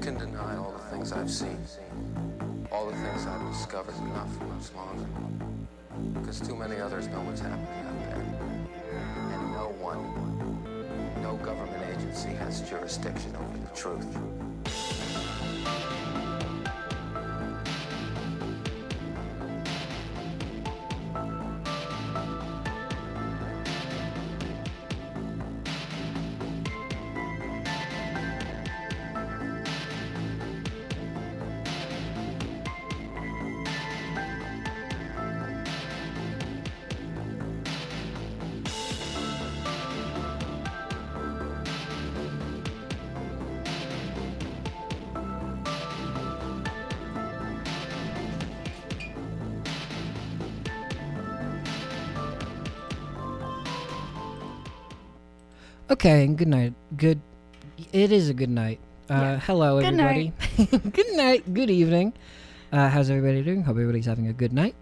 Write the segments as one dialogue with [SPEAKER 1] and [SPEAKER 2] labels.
[SPEAKER 1] can deny all the things I've seen, all the things I've discovered, but not for much longer. Because too many others know what's happening out there. And no one, no government agency has jurisdiction over the truth.
[SPEAKER 2] Okay, and good night. Good. It is a good night. Uh,
[SPEAKER 3] Yeah.
[SPEAKER 2] Hello,
[SPEAKER 3] Good
[SPEAKER 2] everybody.
[SPEAKER 3] night.
[SPEAKER 2] good night. Good evening. Uh, how's everybody doing? Hope everybody's having a good night.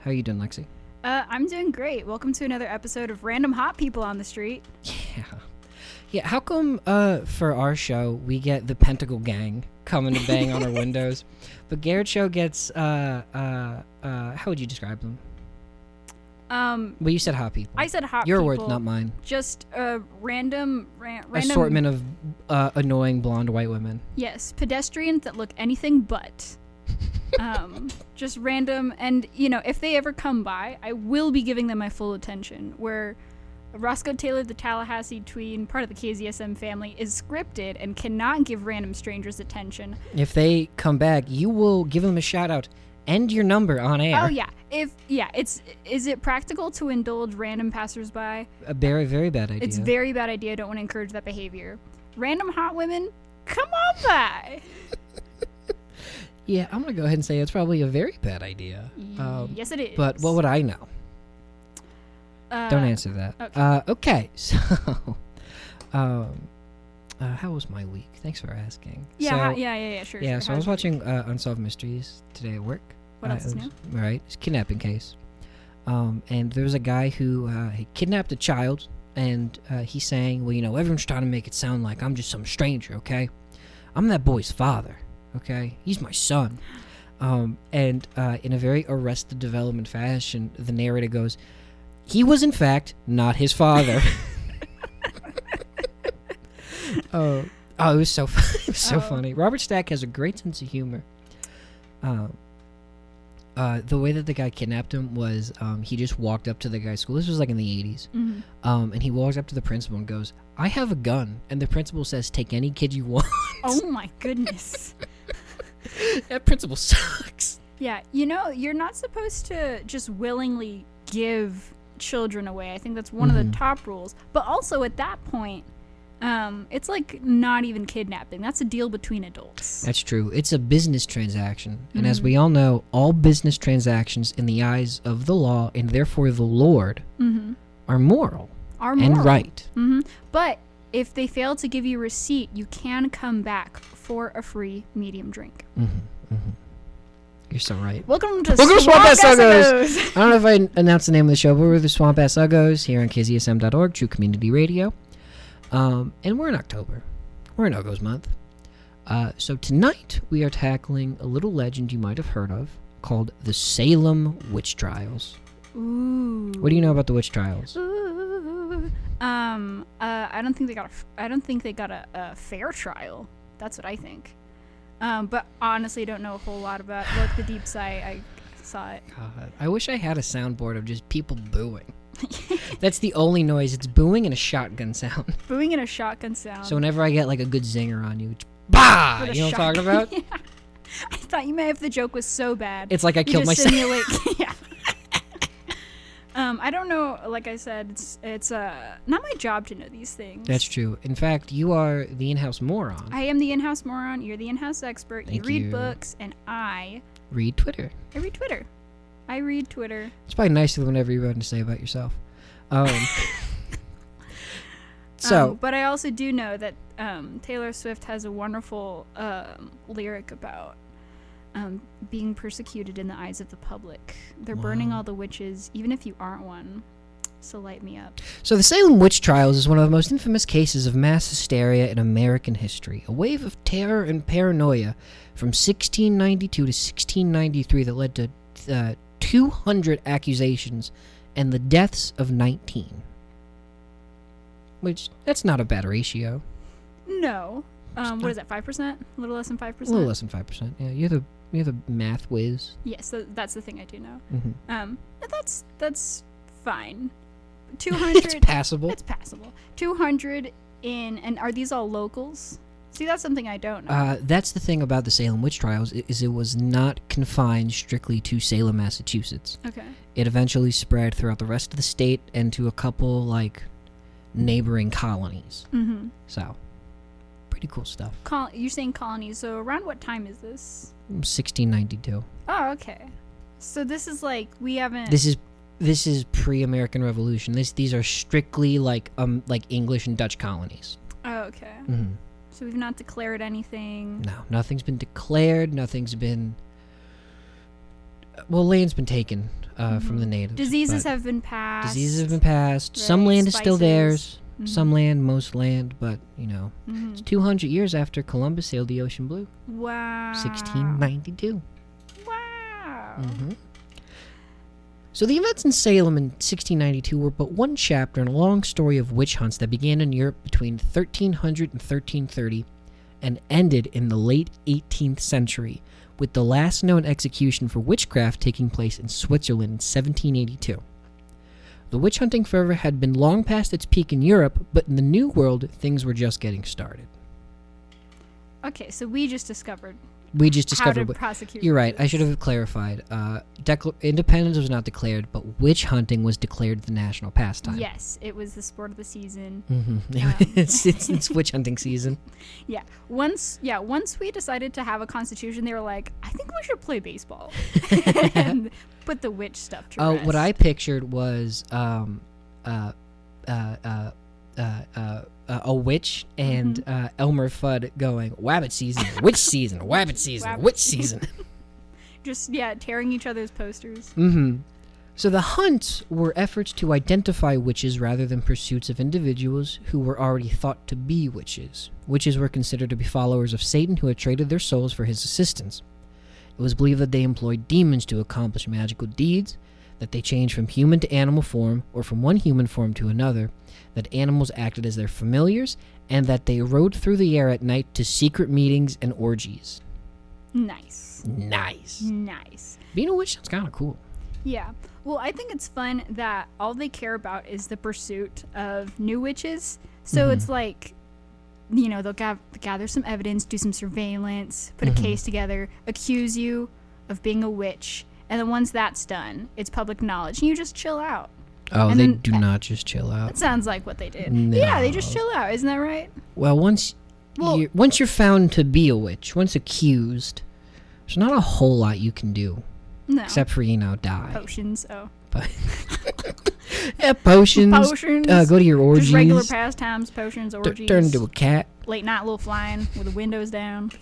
[SPEAKER 2] How you doing, Lexi?
[SPEAKER 3] Uh, I'm doing great. Welcome to another episode of Random Hot People on the Street.
[SPEAKER 2] Yeah. Yeah. How come uh, for our show we get the Pentacle Gang coming to bang on our windows, but Garrett Show gets uh, uh, uh, how would you describe them?
[SPEAKER 3] Um,
[SPEAKER 2] Well, you said hot people.
[SPEAKER 3] I said hot
[SPEAKER 2] Your
[SPEAKER 3] people.
[SPEAKER 2] words, not mine.
[SPEAKER 3] Just a random, ran- random
[SPEAKER 2] Assortment of uh, annoying blonde white women.
[SPEAKER 3] Yes, pedestrians that look anything but. um, just random, and you know, if they ever come by, I will be giving them my full attention. Where Roscoe Taylor, the Tallahassee tween, part of the KZSM family, is scripted and cannot give random strangers attention.
[SPEAKER 2] If they come back, you will give them a shout out and your number on air.
[SPEAKER 3] Oh yeah, if yeah, it's is it practical to indulge random passersby?
[SPEAKER 2] A very, very bad idea.
[SPEAKER 3] It's very bad idea. Don't want to encourage that behavior. Random hot women, come on by.
[SPEAKER 2] yeah, I'm gonna go ahead and say it's probably a very bad idea. Um,
[SPEAKER 3] yes, it is.
[SPEAKER 2] But what would I know?
[SPEAKER 3] uh,
[SPEAKER 2] Don't answer that.
[SPEAKER 3] okay.
[SPEAKER 2] Uh, okay. So, um, uh, how was my week? Thanks for asking.
[SPEAKER 3] Yeah,
[SPEAKER 2] So,
[SPEAKER 3] hi- yeah, yeah, yeah. Sure.
[SPEAKER 2] yeah.
[SPEAKER 3] sure.
[SPEAKER 2] So I
[SPEAKER 3] How's
[SPEAKER 2] was
[SPEAKER 3] your-
[SPEAKER 2] watching uh, Unsolved Mysteries today at work.
[SPEAKER 3] What
[SPEAKER 2] Uh,
[SPEAKER 3] else is
[SPEAKER 2] it was-
[SPEAKER 3] new?
[SPEAKER 2] Right, it's a kidnapping case. Um, and there was a guy who uh, he kidnapped a child, and uh, he's saying, "Well, you know, everyone's trying to make it sound like I'm just some stranger, okay? I'm that boy's father, okay? He's my son." Um, and uh, in a very Arrested Development fashion, the narrator goes, "He was in fact not his father." oh, oh, it was so fun. it was so
[SPEAKER 3] Oh.
[SPEAKER 2] funny. Robert Stack has a great sense of humor. Um, uh, the way that the guy kidnapped him was um, he just walked up to the guy's school. This was like in the 80s.
[SPEAKER 3] Mhm.
[SPEAKER 2] Um, and he walks up to the principal and goes, I have a gun. And the principal says, Take any kid you want.
[SPEAKER 3] Oh my goodness.
[SPEAKER 2] that principal sucks.
[SPEAKER 3] yeah, you know, you're not supposed to just willingly give children away. I think that's one of
[SPEAKER 2] Mhm.
[SPEAKER 3] the top rules. But also at that point, um, it's like not even kidnapping. That's a deal between adults.
[SPEAKER 2] That's true. It's a business transaction. And as we all know, all business transactions, in the eyes of the law and therefore the Lord,
[SPEAKER 3] Mm-hmm.
[SPEAKER 2] are moral, Mm-hmm.
[SPEAKER 3] Are moral.
[SPEAKER 2] and right.
[SPEAKER 3] hmm But if they fail to give you a receipt, you can come back for a free medium drink.
[SPEAKER 2] hmm hmm You're so right.
[SPEAKER 3] Welcome to
[SPEAKER 2] Welcome to Swamp
[SPEAKER 3] Swamp
[SPEAKER 2] Ass Uggos.
[SPEAKER 3] Uggos.
[SPEAKER 2] I don't know if I n- announced the name of the show, but we're the Swamp Ass Uggos here on KZSM.org, True Community Radio. Um, and we're in October. We're in Uggos month. Uh, so tonight we are tackling a little legend you might have heard of called the Salem Witch Trials.
[SPEAKER 3] Ooh.
[SPEAKER 2] What do you know about the witch trials?
[SPEAKER 3] Ooh. Um, uh, I don't think they got a. f- I don't think they got a, a fair trial. That's what I think. Um, but honestly, don't know a whole lot about. Look, the deep site. I saw it.
[SPEAKER 2] God, I wish I had a soundboard of just people booing. That's the only noise. It's booing and a shotgun sound.
[SPEAKER 3] Booing in a shotgun sound.
[SPEAKER 2] So whenever I get like a good zinger on you, it's bah!
[SPEAKER 3] With a
[SPEAKER 2] You know what I'm talking
[SPEAKER 3] shotgun.
[SPEAKER 2] about?
[SPEAKER 3] Yeah. I thought you may have the joke was so bad.
[SPEAKER 2] It's like I
[SPEAKER 3] you
[SPEAKER 2] killed
[SPEAKER 3] just
[SPEAKER 2] myself.
[SPEAKER 3] Simulate, yeah. um, I don't know. Like I said, it's it's uh not my job to know these things.
[SPEAKER 2] That's true. In fact, you are the in-house moron.
[SPEAKER 3] I am the in-house moron. You're the in-house expert.
[SPEAKER 2] Thank
[SPEAKER 3] you read
[SPEAKER 2] you.
[SPEAKER 3] books, and I
[SPEAKER 2] read Twitter.
[SPEAKER 3] I read Twitter. I read Twitter.
[SPEAKER 2] It's probably nicer than whatever you're about to say about yourself. Um, so,
[SPEAKER 3] Um, but I also do know that um, Taylor Swift has a wonderful um, lyric about um, being persecuted in the eyes of the public. They're burning
[SPEAKER 2] Wow.
[SPEAKER 3] all the witches, even if you aren't one. So light me up.
[SPEAKER 2] So, the Salem witch trials is one of the most infamous cases of mass hysteria in American history. A wave of terror and paranoia from 1692 to 1693 that led to uh, 200 accusations and the deaths of 19. Which, that's not a bad ratio.
[SPEAKER 3] No. Um, what is that? Five percent? A little less than five
[SPEAKER 2] A little
[SPEAKER 3] percent.
[SPEAKER 2] less than 5%. Yeah, you're the, you're the math whiz.
[SPEAKER 3] Yes, tha- that's the thing I do know.
[SPEAKER 2] hmm
[SPEAKER 3] Um, but that's that's fine. Two
[SPEAKER 2] It's
[SPEAKER 3] hundred.
[SPEAKER 2] passable.
[SPEAKER 3] it's passable. Two hundred in, and are these all locals? See, that's something I don't know.
[SPEAKER 2] Uh, that's the thing about the Salem witch trials i- is it was not confined strictly to Salem, Massachusetts.
[SPEAKER 3] okay.
[SPEAKER 2] It eventually spread throughout the rest of the state and to a couple like neighboring colonies.
[SPEAKER 3] Mm-hmm.
[SPEAKER 2] So, pretty cool stuff.
[SPEAKER 3] Col- you're saying colonies. So around what time is this?
[SPEAKER 2] 1692.
[SPEAKER 3] Oh, okay. So this is like we haven't.
[SPEAKER 2] This is this is pre-American Revolution. This these are strictly like um like English and Dutch colonies.
[SPEAKER 3] oh, okay.
[SPEAKER 2] hmm
[SPEAKER 3] So we've not declared anything.
[SPEAKER 2] No, nothing's been declared. Nothing's been. Well, land's been taken uh, from the natives.
[SPEAKER 3] Mm-hmm. Diseases
[SPEAKER 2] but-
[SPEAKER 3] have been passed.
[SPEAKER 2] Diseases have been passed. Some
[SPEAKER 3] Right,
[SPEAKER 2] land is still
[SPEAKER 3] spices.
[SPEAKER 2] theirs.
[SPEAKER 3] Mhm.
[SPEAKER 2] Some land, most land, but you know,
[SPEAKER 3] Mhm.
[SPEAKER 2] it's 200 years after Columbus sailed the ocean blue,
[SPEAKER 3] Wow.
[SPEAKER 2] 1692.
[SPEAKER 3] Wow.
[SPEAKER 2] hmm So the events in Salem in 1692 were but one chapter in a long story of witch hunts that began in Europe between 1300 and 1330 and ended in the late 18th century with the last known execution for witchcraft taking place in Switzerland in 1782. The witch hunting fervor had been long past its peak in Europe, but in the New World things were just getting started.
[SPEAKER 3] Okay, so we just discovered
[SPEAKER 2] We just
[SPEAKER 3] how to
[SPEAKER 2] discovered what-
[SPEAKER 3] prosecute.
[SPEAKER 2] You're right. I
[SPEAKER 3] witches.
[SPEAKER 2] should have clarified. Uh, decla- independence was not declared, but witch hunting was declared the national pastime.
[SPEAKER 3] Yes, it was the sport of the season.
[SPEAKER 2] hmm
[SPEAKER 3] Um.
[SPEAKER 2] it's, it's, it's witch hunting season.
[SPEAKER 3] Yeah. Once, yeah. Once we decided to have a constitution, they were like, "I think we should play baseball," and put the witch stuff to
[SPEAKER 2] Uh,
[SPEAKER 3] rest.
[SPEAKER 2] what I pictured was um, uh, uh, uh, uh, uh, uh, a witch and uh, Elmer Fudd going, Wabbit season, witch season, Wabbit season,
[SPEAKER 3] Wabbit
[SPEAKER 2] witch season.
[SPEAKER 3] just yeah tearing each other's posters.
[SPEAKER 2] hmm So the hunts were efforts to identify witches rather than pursuits of individuals who were already thought to be witches. Witches were considered to be followers of Satan who had traded their souls for his assistance. It was believed that they employed demons to accomplish magical deeds, that they changed from human to animal form or from one human form to another, that animals acted as their familiars, and that they rode through the air at night to secret meetings and orgies.
[SPEAKER 3] Nice.
[SPEAKER 2] Nice.
[SPEAKER 3] Mm. Nice.
[SPEAKER 2] Being a witch sounds kind of cool.
[SPEAKER 3] Yeah. Well, I think it's fun that all they care about is the pursuit of new witches. So
[SPEAKER 2] Mm-hmm.
[SPEAKER 3] it's like, you know, they'll gav- gather some evidence, do some surveillance, put
[SPEAKER 2] Mm-hmm.
[SPEAKER 3] a case together, accuse you of being a witch. And then once that's done, it's public knowledge. And you just chill out.
[SPEAKER 2] Oh,
[SPEAKER 3] And
[SPEAKER 2] they
[SPEAKER 3] then-
[SPEAKER 2] do not just chill out.
[SPEAKER 3] That sounds like what they did. Yeah, they just
[SPEAKER 2] No.
[SPEAKER 3] chill out. Isn't that right?
[SPEAKER 2] Well, once
[SPEAKER 3] Well-
[SPEAKER 2] you're, once you're found to be a witch, once accused, there's not a whole lot you can do
[SPEAKER 3] No.
[SPEAKER 2] except for you know die.
[SPEAKER 3] potions. Oh.
[SPEAKER 2] But yeah, potions.
[SPEAKER 3] Potions.
[SPEAKER 2] Uh, go to your orgies.
[SPEAKER 3] Just regular pastimes, potions,
[SPEAKER 2] tu-
[SPEAKER 3] orgies.
[SPEAKER 2] turn into a cat.
[SPEAKER 3] late night little flying with the windows down.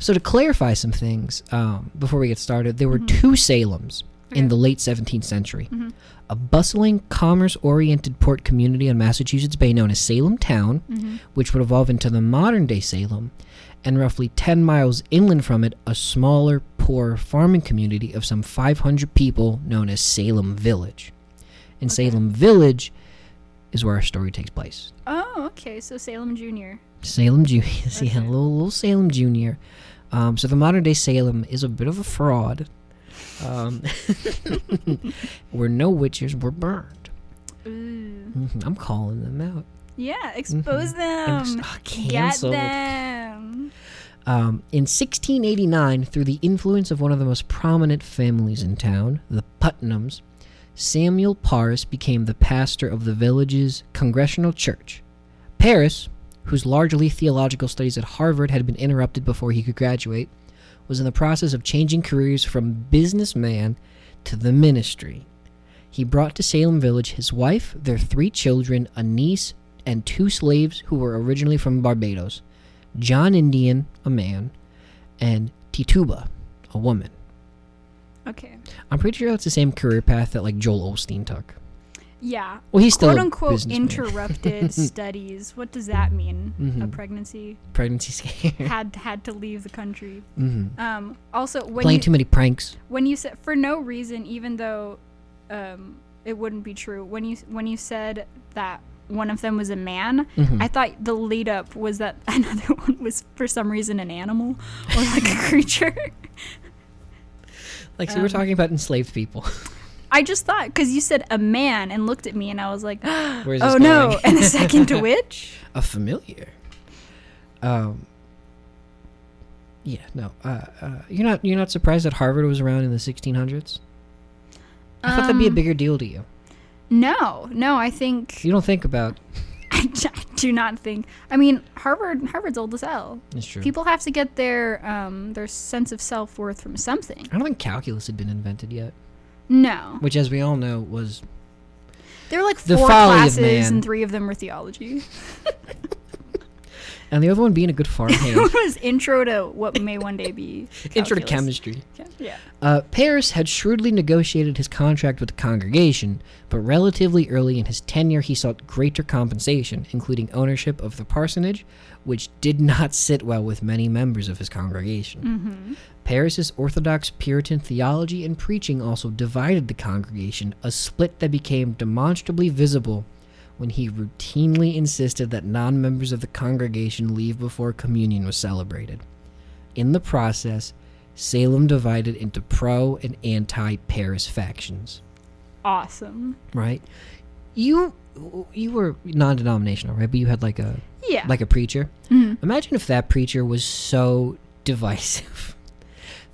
[SPEAKER 2] So to clarify some things um, before we get started, there were two Salems in
[SPEAKER 3] Okay.
[SPEAKER 2] the late 17th century. A bustling, commerce-oriented port community on Massachusetts Bay known as Salem Town, which would evolve into the modern-day Salem, and roughly 10 miles inland from it, a smaller, poorer farming community of some 500 people known as Salem Village. And Salem Village is where our story takes place.
[SPEAKER 3] Oh, okay. So Salem Junior.
[SPEAKER 2] Salem Junior. yeah,
[SPEAKER 3] Okay.
[SPEAKER 2] little, little Salem Junior. Um, so the modern day Salem is a bit of a fraud. Um, we're no witches. We're burned.
[SPEAKER 3] Ooh.
[SPEAKER 2] Mhm, I'm calling them out.
[SPEAKER 3] Yeah,
[SPEAKER 2] Ex-
[SPEAKER 3] expose them.
[SPEAKER 2] ah,
[SPEAKER 3] Get
[SPEAKER 2] Mm-hmm. canceled.
[SPEAKER 3] them.
[SPEAKER 2] Um, in 1689, through the influence of one of the most prominent families in town, the Putnams, Samuel Parris became the pastor of the village's Congregational Church. Parris, whose largely theological studies at Harvard had been interrupted before he could graduate, was in the process of changing careers from businessman to the ministry. He brought to Salem Village his wife, their three children, a niece, and two slaves who were originally from Barbados. John Indian, a man, and Tituba, a woman.
[SPEAKER 3] Okay.
[SPEAKER 2] I'm pretty sure that's the same career path that like Joel Olstein took.
[SPEAKER 3] Yeah.
[SPEAKER 2] Well, he's still
[SPEAKER 3] quote
[SPEAKER 2] a
[SPEAKER 3] unquote
[SPEAKER 2] businessman.
[SPEAKER 3] interrupted studies. What does that mean? A
[SPEAKER 2] Mhm.
[SPEAKER 3] pregnancy
[SPEAKER 2] Pregnancy scare.
[SPEAKER 3] had had to leave the country.
[SPEAKER 2] hmm
[SPEAKER 3] Um, also, when
[SPEAKER 2] Playing
[SPEAKER 3] you,
[SPEAKER 2] too many pranks.
[SPEAKER 3] when you said for no reason, even though um, it wouldn't be true, when you when you said that one of them was a man,
[SPEAKER 2] Mm-hmm.
[SPEAKER 3] I thought the lead up was that another one was for some reason an animal or like a creature.
[SPEAKER 2] Like, so
[SPEAKER 3] Um,
[SPEAKER 2] we're talking about enslaved people.
[SPEAKER 3] I just thought because you said a man and looked at me and I was like, oh
[SPEAKER 2] Where's this
[SPEAKER 3] no,
[SPEAKER 2] going?
[SPEAKER 3] and a second to which.
[SPEAKER 2] a familiar. Um. Yeah, no. Uh, uh, you're not. You're not surprised that Harvard was around in the 1600s. I thought that'd be a
[SPEAKER 3] Um,
[SPEAKER 2] bigger deal to you.
[SPEAKER 3] No, no, I think
[SPEAKER 2] You don't think about.
[SPEAKER 3] I, d- I do not think. I mean, Harvard Harvard's old as hell.
[SPEAKER 2] It's true.
[SPEAKER 3] People have to get their um their sense of self worth from something.
[SPEAKER 2] I don't think calculus had been invented yet,
[SPEAKER 3] No,
[SPEAKER 2] which, as we all know, was
[SPEAKER 3] there were like
[SPEAKER 2] The
[SPEAKER 3] four
[SPEAKER 2] folly of
[SPEAKER 3] classes
[SPEAKER 2] man.
[SPEAKER 3] and three of them were theology.
[SPEAKER 2] and the other one being a good
[SPEAKER 3] One
[SPEAKER 2] farmhand.
[SPEAKER 3] was intro to what may one day be.
[SPEAKER 2] Intro to
[SPEAKER 3] calculus.
[SPEAKER 2] chemistry.
[SPEAKER 3] Yeah.
[SPEAKER 2] Uh, Paris had shrewdly negotiated his contract with the congregation, but relatively early in his tenure he sought greater compensation, including ownership of the parsonage, which did not sit well with many members of his congregation. Paris's orthodox Puritan theology and preaching also divided the congregation, a split that became demonstrably visible when he routinely insisted that non members of the congregation leave before communion was celebrated. In the process, Salem divided into pro and anti Paris factions,
[SPEAKER 3] Awesome.
[SPEAKER 2] right? You you were non-denominational, right? But you had like a
[SPEAKER 3] Yeah.
[SPEAKER 2] like a preacher.
[SPEAKER 3] Mhm.
[SPEAKER 2] Imagine if that preacher was so divisive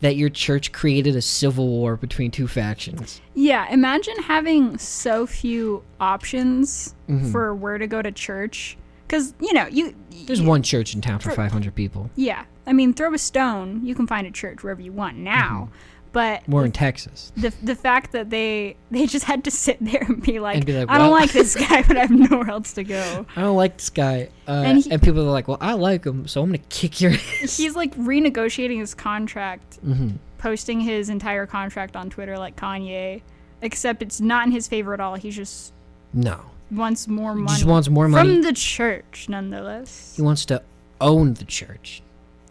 [SPEAKER 2] that your church created a civil war between two factions.
[SPEAKER 3] Yeah, imagine having so few options
[SPEAKER 2] Mhm.
[SPEAKER 3] for where to go to church. Because, you know, you.
[SPEAKER 2] There's
[SPEAKER 3] you-
[SPEAKER 2] one church in town for
[SPEAKER 3] For-
[SPEAKER 2] 500 people.
[SPEAKER 3] Yeah. I mean, throw a stone, you can find a church wherever you want now.
[SPEAKER 2] Mm-hmm.
[SPEAKER 3] But
[SPEAKER 2] More in Texas.
[SPEAKER 3] the, the fact that they they just had to sit there and be like,
[SPEAKER 2] And be like,
[SPEAKER 3] I don't
[SPEAKER 2] "Well."
[SPEAKER 3] like this guy, but I have nowhere else to go.
[SPEAKER 2] I don't like this guy. Uh, and,
[SPEAKER 3] And he-
[SPEAKER 2] people are like, well, I like him, so I'm going to kick your ass.
[SPEAKER 3] He's like renegotiating his contract,
[SPEAKER 2] hmm
[SPEAKER 3] posting his entire contract on Twitter like Kanye, except it's not in his favor at all. He just
[SPEAKER 2] No.
[SPEAKER 3] wants more
[SPEAKER 2] He
[SPEAKER 3] money.
[SPEAKER 2] just wants more money.
[SPEAKER 3] from the church, nonetheless.
[SPEAKER 2] he wants to own the church.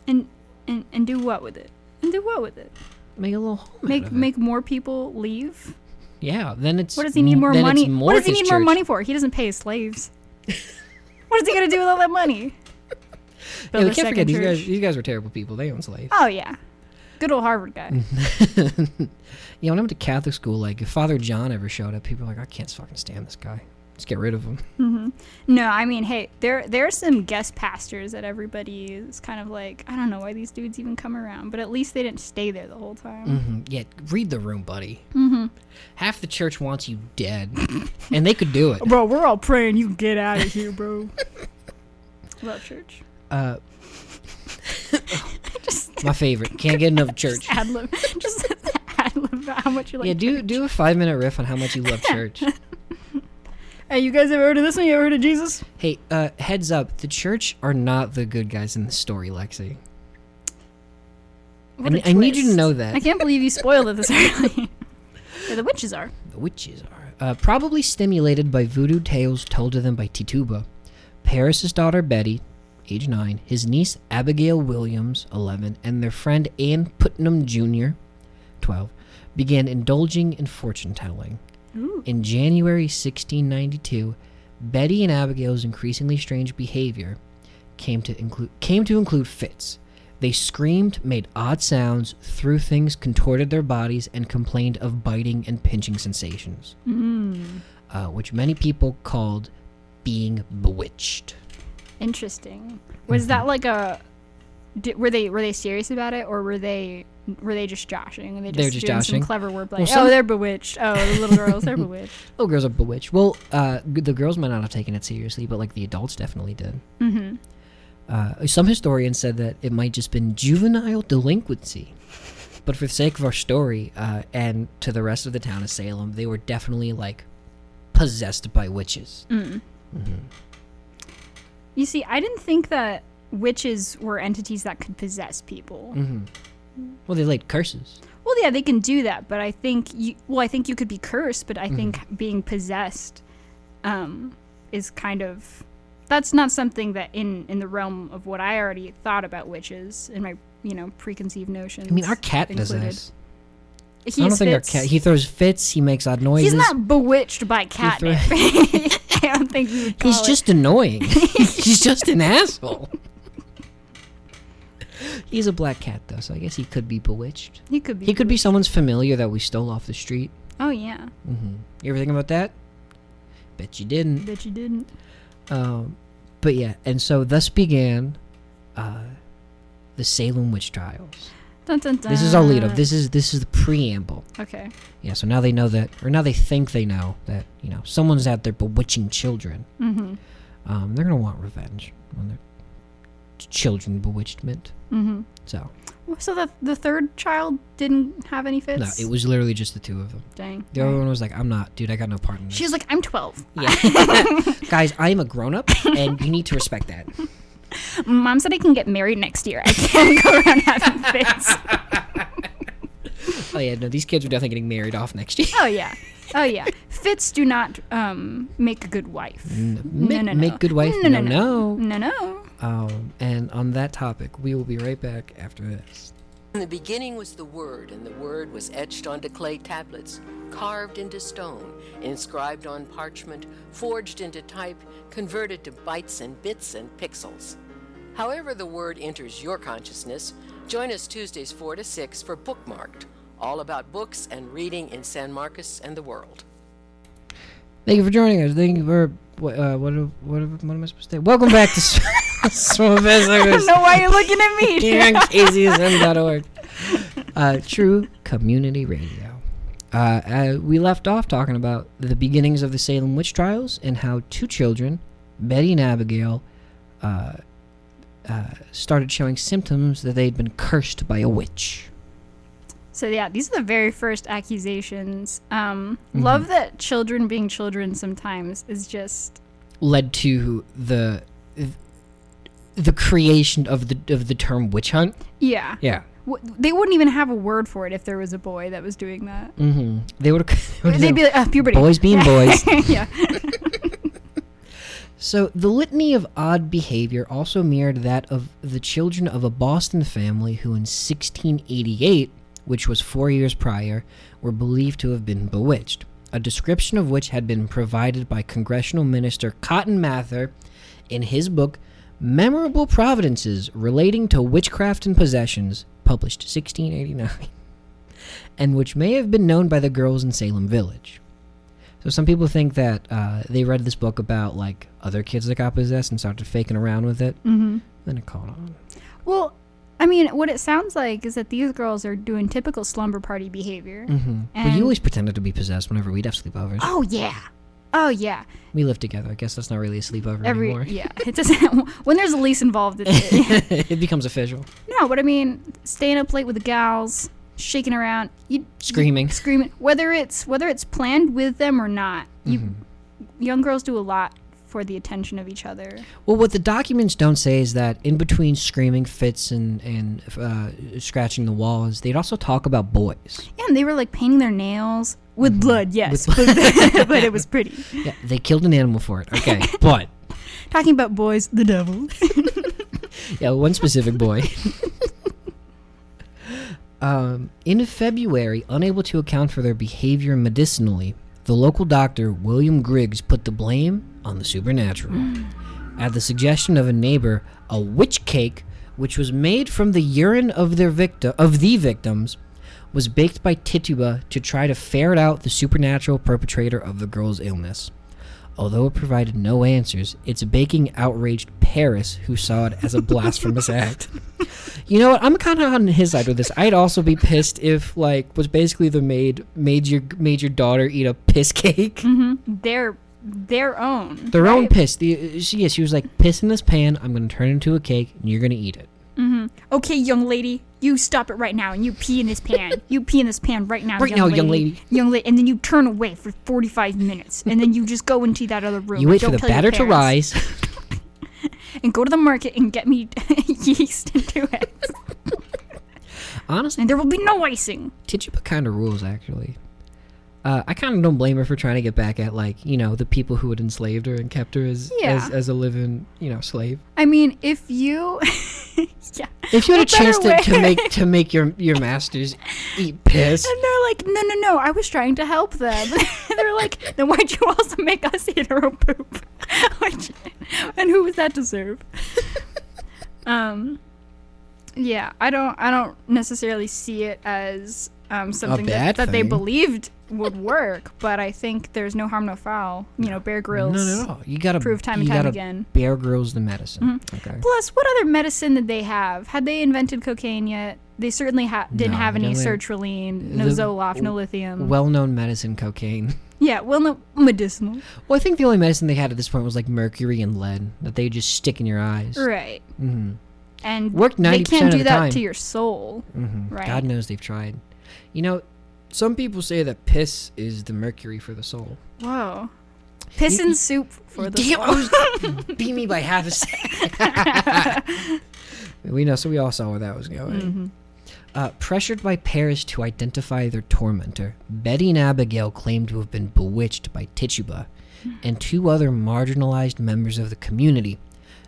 [SPEAKER 3] and and and do what with it? And do what with it?
[SPEAKER 2] Make a little home out
[SPEAKER 3] Make
[SPEAKER 2] of it.
[SPEAKER 3] make more people leave?
[SPEAKER 2] Yeah, then it's
[SPEAKER 3] What does he need more
[SPEAKER 2] then it's
[SPEAKER 3] money?
[SPEAKER 2] more
[SPEAKER 3] what does he
[SPEAKER 2] his
[SPEAKER 3] need more
[SPEAKER 2] church.
[SPEAKER 3] money for? He doesn't pay his slaves. what is he gonna do with all that money?
[SPEAKER 2] Yeah,
[SPEAKER 3] Build
[SPEAKER 2] we
[SPEAKER 3] a
[SPEAKER 2] can't forget
[SPEAKER 3] second
[SPEAKER 2] these guys.
[SPEAKER 3] church?
[SPEAKER 2] These guys were terrible people. They owned slaves.
[SPEAKER 3] Oh yeah, good old Harvard guy.
[SPEAKER 2] Mm-hmm. Yeah, when I went to Catholic school, like if Father John ever showed up, people were like, I can't fucking stand this guy. Let's get rid of him.
[SPEAKER 3] No, I mean, hey, there there are some guest pastors that everybody is kind of like, I don't know why these dudes even come around, but at least they didn't stay there the whole time.
[SPEAKER 2] hmm Yeah, read the room, buddy. Mm-hmm. Half the church wants you dead, and they could do it.
[SPEAKER 3] Bro, we're all praying you get out of here, bro. Love church.
[SPEAKER 2] Uh,
[SPEAKER 3] Just
[SPEAKER 2] my favorite. Can't get enough church.
[SPEAKER 3] ad lib, just ad lib about how much you like.
[SPEAKER 2] Yeah, do do a five minute riff on how much you love church.
[SPEAKER 3] Hey, you guys ever heard of this one? You ever heard of Jesus?
[SPEAKER 2] Hey, uh, heads up, the church are not the good guys in the story, Lexi.
[SPEAKER 3] What
[SPEAKER 2] I-
[SPEAKER 3] a
[SPEAKER 2] I need you to
[SPEAKER 3] twist.
[SPEAKER 2] know that.
[SPEAKER 3] I can't believe you spoiled it this early. yeah, the witches are.
[SPEAKER 2] The witches are. Uh, probably stimulated by voodoo tales told to them by Tituba. Paris's daughter Betty, age 9, his niece Abigail Williams, 11, and their friend Anne Putnam Jr., 12, began indulging in fortune telling.
[SPEAKER 3] Ooh.
[SPEAKER 2] In January 1692, Betty and Abigail's increasingly strange behavior came to include came to include fits. They screamed, made odd sounds, threw things, contorted their bodies, and complained of biting and pinching sensations,
[SPEAKER 3] Mm.
[SPEAKER 2] uh, which many people called being bewitched.
[SPEAKER 3] Interesting. Was that like a? Did, were they were they serious about it, or were they were they just joshing? Were they just,
[SPEAKER 2] They were just
[SPEAKER 3] doing
[SPEAKER 2] joshing.
[SPEAKER 3] some clever wordplay.
[SPEAKER 2] Well, some-
[SPEAKER 3] oh, they're bewitched. Oh, the little girls, they're bewitched.
[SPEAKER 2] Oh, girls are bewitched. Well, uh, g- the girls might not have taken it seriously, but like the adults definitely did.
[SPEAKER 3] Mm-hmm.
[SPEAKER 2] Uh, some historians said that it might just been juvenile delinquency. But for the sake of our story uh, and to the rest of the town of Salem, they were definitely like possessed by witches.
[SPEAKER 3] Mm. You see, I didn't think that witches were entities that could possess people.
[SPEAKER 2] hmm Well, they laid curses. Mm-hmm.
[SPEAKER 3] Well, yeah, they can do that, but I think you. Well, I think you could be cursed, but I think being possessed um, is kind of that's not something that in in the realm of what I already thought about witches in my you know preconceived notions.
[SPEAKER 2] I mean, our cat does
[SPEAKER 3] included.
[SPEAKER 2] this.
[SPEAKER 3] He's
[SPEAKER 2] I don't think our
[SPEAKER 3] fits-
[SPEAKER 2] cat. He throws fits. He makes odd noises.
[SPEAKER 3] he's not bewitched by catnip. I don't think you would call
[SPEAKER 2] He's
[SPEAKER 3] Oh, it-
[SPEAKER 2] just annoying. He's just an asshole. He's a black cat though, so I guess he could be bewitched.
[SPEAKER 3] he could be
[SPEAKER 2] He could be someone's familiar that we stole off the street.
[SPEAKER 3] oh yeah
[SPEAKER 2] hmm You ever think about that? Bet you didn't.
[SPEAKER 3] that you didn't
[SPEAKER 2] Um, but yeah, and so thus began uh, the Salem witch trials.
[SPEAKER 3] dun, dun, dun.
[SPEAKER 2] This is our lead up. This is this is the preamble.
[SPEAKER 3] okay
[SPEAKER 2] Yeah, so now they know that, or now they think they know that you know someone's out there bewitching children.
[SPEAKER 3] mm-hmm
[SPEAKER 2] Um, they're gonna want revenge on their ch- children bewitchment.
[SPEAKER 3] mm-hmm
[SPEAKER 2] So
[SPEAKER 3] so the the third child didn't have any fits
[SPEAKER 2] no, it was literally just the two of them.
[SPEAKER 3] dang
[SPEAKER 2] The other one was like, "I'm not, dude. I got no part in this."
[SPEAKER 3] she's like i'm 12
[SPEAKER 2] yeah. guys, I am a grown up, and you need to respect that.
[SPEAKER 3] mom said i can get married next year i can't go around having fits
[SPEAKER 2] Oh yeah, no, these kids are definitely getting married off next year.
[SPEAKER 3] oh yeah oh yeah fits do not um make a good wife
[SPEAKER 2] make, make good wife.
[SPEAKER 3] no no
[SPEAKER 2] no.
[SPEAKER 3] no
[SPEAKER 2] no.
[SPEAKER 3] no, no.
[SPEAKER 2] Um, and on that topic, we will be right back after this.
[SPEAKER 4] In the beginning was the Word, and the Word was etched onto clay tablets, carved into stone, inscribed on parchment, forged into type, converted to bytes and bits and pixels. However, the Word enters your consciousness, join us Tuesdays 4 to 6 for Bookmarked, all about books and reading in San Marcos and the world.
[SPEAKER 2] Thank you for joining us. Thank you for what? Uh, what, do- what, am- what am I supposed to say? Welcome back to Small
[SPEAKER 3] I don't
[SPEAKER 2] Business
[SPEAKER 3] know why you're looking at me.
[SPEAKER 2] here on KZSM.org. Uh, True Community Radio. Uh, uh, we left off talking about the beginnings of the Salem witch trials and how two children, Betty and Abigail, uh, uh, started showing symptoms that they'd been cursed by a witch.
[SPEAKER 3] So yeah, these are the very first accusations. Um, Love that children being children sometimes is just
[SPEAKER 2] led to the the creation of the of the term witch hunt.
[SPEAKER 3] yeah.
[SPEAKER 2] Yeah.
[SPEAKER 3] W- they wouldn't even have a word for it if there was a boy that was doing that.
[SPEAKER 2] Mm-hmm. They would
[SPEAKER 3] They'd be like, uh, puberty.
[SPEAKER 2] boys being boys.
[SPEAKER 3] yeah.
[SPEAKER 2] So the litany of odd behavior also mirrored that of the children of a Boston family who, in 1688, which was four years prior, were believed to have been bewitched. A description of which had been provided by Congressional Minister Cotton Mather in his book Memorable Providences Relating to Witchcraft and Possessions, published 1689, and which may have been known by the girls in Salem Village. So some people think that uh, they read this book about like other kids that got possessed and started faking around with it.
[SPEAKER 3] hmm
[SPEAKER 2] Then it caught on.
[SPEAKER 3] Well, I mean, what it sounds like is that these girls are doing typical slumber party behavior.
[SPEAKER 2] Mm-hmm. Well,
[SPEAKER 3] And-
[SPEAKER 2] you always pretended to be possessed whenever we'd have sleepovers.
[SPEAKER 3] Oh yeah. Oh yeah.
[SPEAKER 2] We lived together. I guess that's not really a sleepover
[SPEAKER 3] Every
[SPEAKER 2] anymore.
[SPEAKER 3] yeah. It doesn't. When there's a lease involved, it's,
[SPEAKER 2] it becomes official.
[SPEAKER 3] No, but I mean, staying up late with the gals, shaking around, you
[SPEAKER 2] Screaming.
[SPEAKER 3] you- screaming. Whether it's whether it's planned with them or not, you
[SPEAKER 2] Mm-hmm.
[SPEAKER 3] young girls do a lot for the attention of each other.
[SPEAKER 2] Well, what the documents don't say is that in between screaming fits and and uh, scratching the walls, they'd also talk about boys.
[SPEAKER 3] Yeah, and they were like painting their nails with
[SPEAKER 2] Mm-hmm.
[SPEAKER 3] blood. Yes, but, but it was pretty.
[SPEAKER 2] Yeah, they killed an animal for it. Okay, but
[SPEAKER 3] Talking about boys, the devil.
[SPEAKER 2] yeah, one specific boy. um, in February, unable to account for their behavior medicinally, the local doctor, William Griggs, put the blame on the supernatural. At the suggestion of a neighbor, a witch cake, which was made from the urine of their victim of the victims, was baked by Tituba to try to ferret out the supernatural perpetrator of the girl's illness. Although it provided no answers, its baking outraged Paris, who saw it as a blasphemous act. You know what? I'm kind of on his side with this. I'd also be pissed if, like, was basically the maid made your made your daughter eat a piss cake,
[SPEAKER 3] their their own.
[SPEAKER 2] their own
[SPEAKER 3] right?
[SPEAKER 2] piss. The she, yeah, she was like, piss in this pan. I'm gonna turn it into a cake, and you're gonna eat it.
[SPEAKER 3] Okay, young lady, you stop it right now and you pee in this pan. you pee in this pan right now.
[SPEAKER 2] Right now, young lady.
[SPEAKER 3] Young lady, and then you turn away for 45 minutes, and then you just go into that other room.
[SPEAKER 2] You wait for
[SPEAKER 3] Don't
[SPEAKER 2] the
[SPEAKER 3] tell your
[SPEAKER 2] batter to
[SPEAKER 3] parents.
[SPEAKER 2] rise.
[SPEAKER 3] and go to the market and get me yeast and do it.
[SPEAKER 2] Honestly,
[SPEAKER 3] And there will be no icing.
[SPEAKER 2] Tituba kind of rules actually. Uh, I kind of don't blame her for trying to get back at like you know the people who had enslaved her and kept her as
[SPEAKER 3] Yeah.
[SPEAKER 2] as, as a living you know slave.
[SPEAKER 3] I mean, if you, yeah,
[SPEAKER 2] If you had a
[SPEAKER 3] What better
[SPEAKER 2] chance to, to
[SPEAKER 3] way?
[SPEAKER 2] make to make your your masters eat piss,
[SPEAKER 3] and they're like, no, no, no, I was trying to help them. they're like, then why'd you also make us eat our own poop? Which, and who was that to serve? um, yeah, I don't, I don't necessarily see it as um something
[SPEAKER 2] bad
[SPEAKER 3] that, that they
[SPEAKER 2] thing.
[SPEAKER 3] believed would work, but I think there's no harm, no foul. You know, Bear
[SPEAKER 2] no,
[SPEAKER 3] Grylls.
[SPEAKER 2] no, no. You gotta
[SPEAKER 3] Prove time and
[SPEAKER 2] you
[SPEAKER 3] time
[SPEAKER 2] gotta
[SPEAKER 3] again. Mm-hmm.
[SPEAKER 2] Bear Grylls the medicine. Okay.
[SPEAKER 3] Plus, what other medicine did they have? Had they invented cocaine yet? They certainly ha- didn't
[SPEAKER 2] No,
[SPEAKER 3] have
[SPEAKER 2] they
[SPEAKER 3] any
[SPEAKER 2] didn't.
[SPEAKER 3] sertraline, no
[SPEAKER 2] The-
[SPEAKER 3] Zoloft, no lithium.
[SPEAKER 2] Well-known medicine, cocaine.
[SPEAKER 3] yeah, well, no medicinal.
[SPEAKER 2] Well, I think the only medicine they had at this point was like mercury and lead that they just stick in your eyes.
[SPEAKER 3] Right.
[SPEAKER 2] hmm
[SPEAKER 3] And
[SPEAKER 2] Worked
[SPEAKER 3] they
[SPEAKER 2] 90%
[SPEAKER 3] can't
[SPEAKER 2] of
[SPEAKER 3] do
[SPEAKER 2] the
[SPEAKER 3] that
[SPEAKER 2] time. Mm-hmm.
[SPEAKER 3] to your soul. Right.
[SPEAKER 2] God knows they've tried. You know, some people say that piss is the mercury for the soul.
[SPEAKER 3] Whoa. Piss
[SPEAKER 2] You-
[SPEAKER 3] and soup for the
[SPEAKER 2] Damn,
[SPEAKER 3] soul.
[SPEAKER 2] I was beat me by half a second. we know, so we all saw where that was going. Uh, pressured by Paris to identify their tormentor, Betty and Abigail claim to have been bewitched by Tituba and two other marginalized members of the community,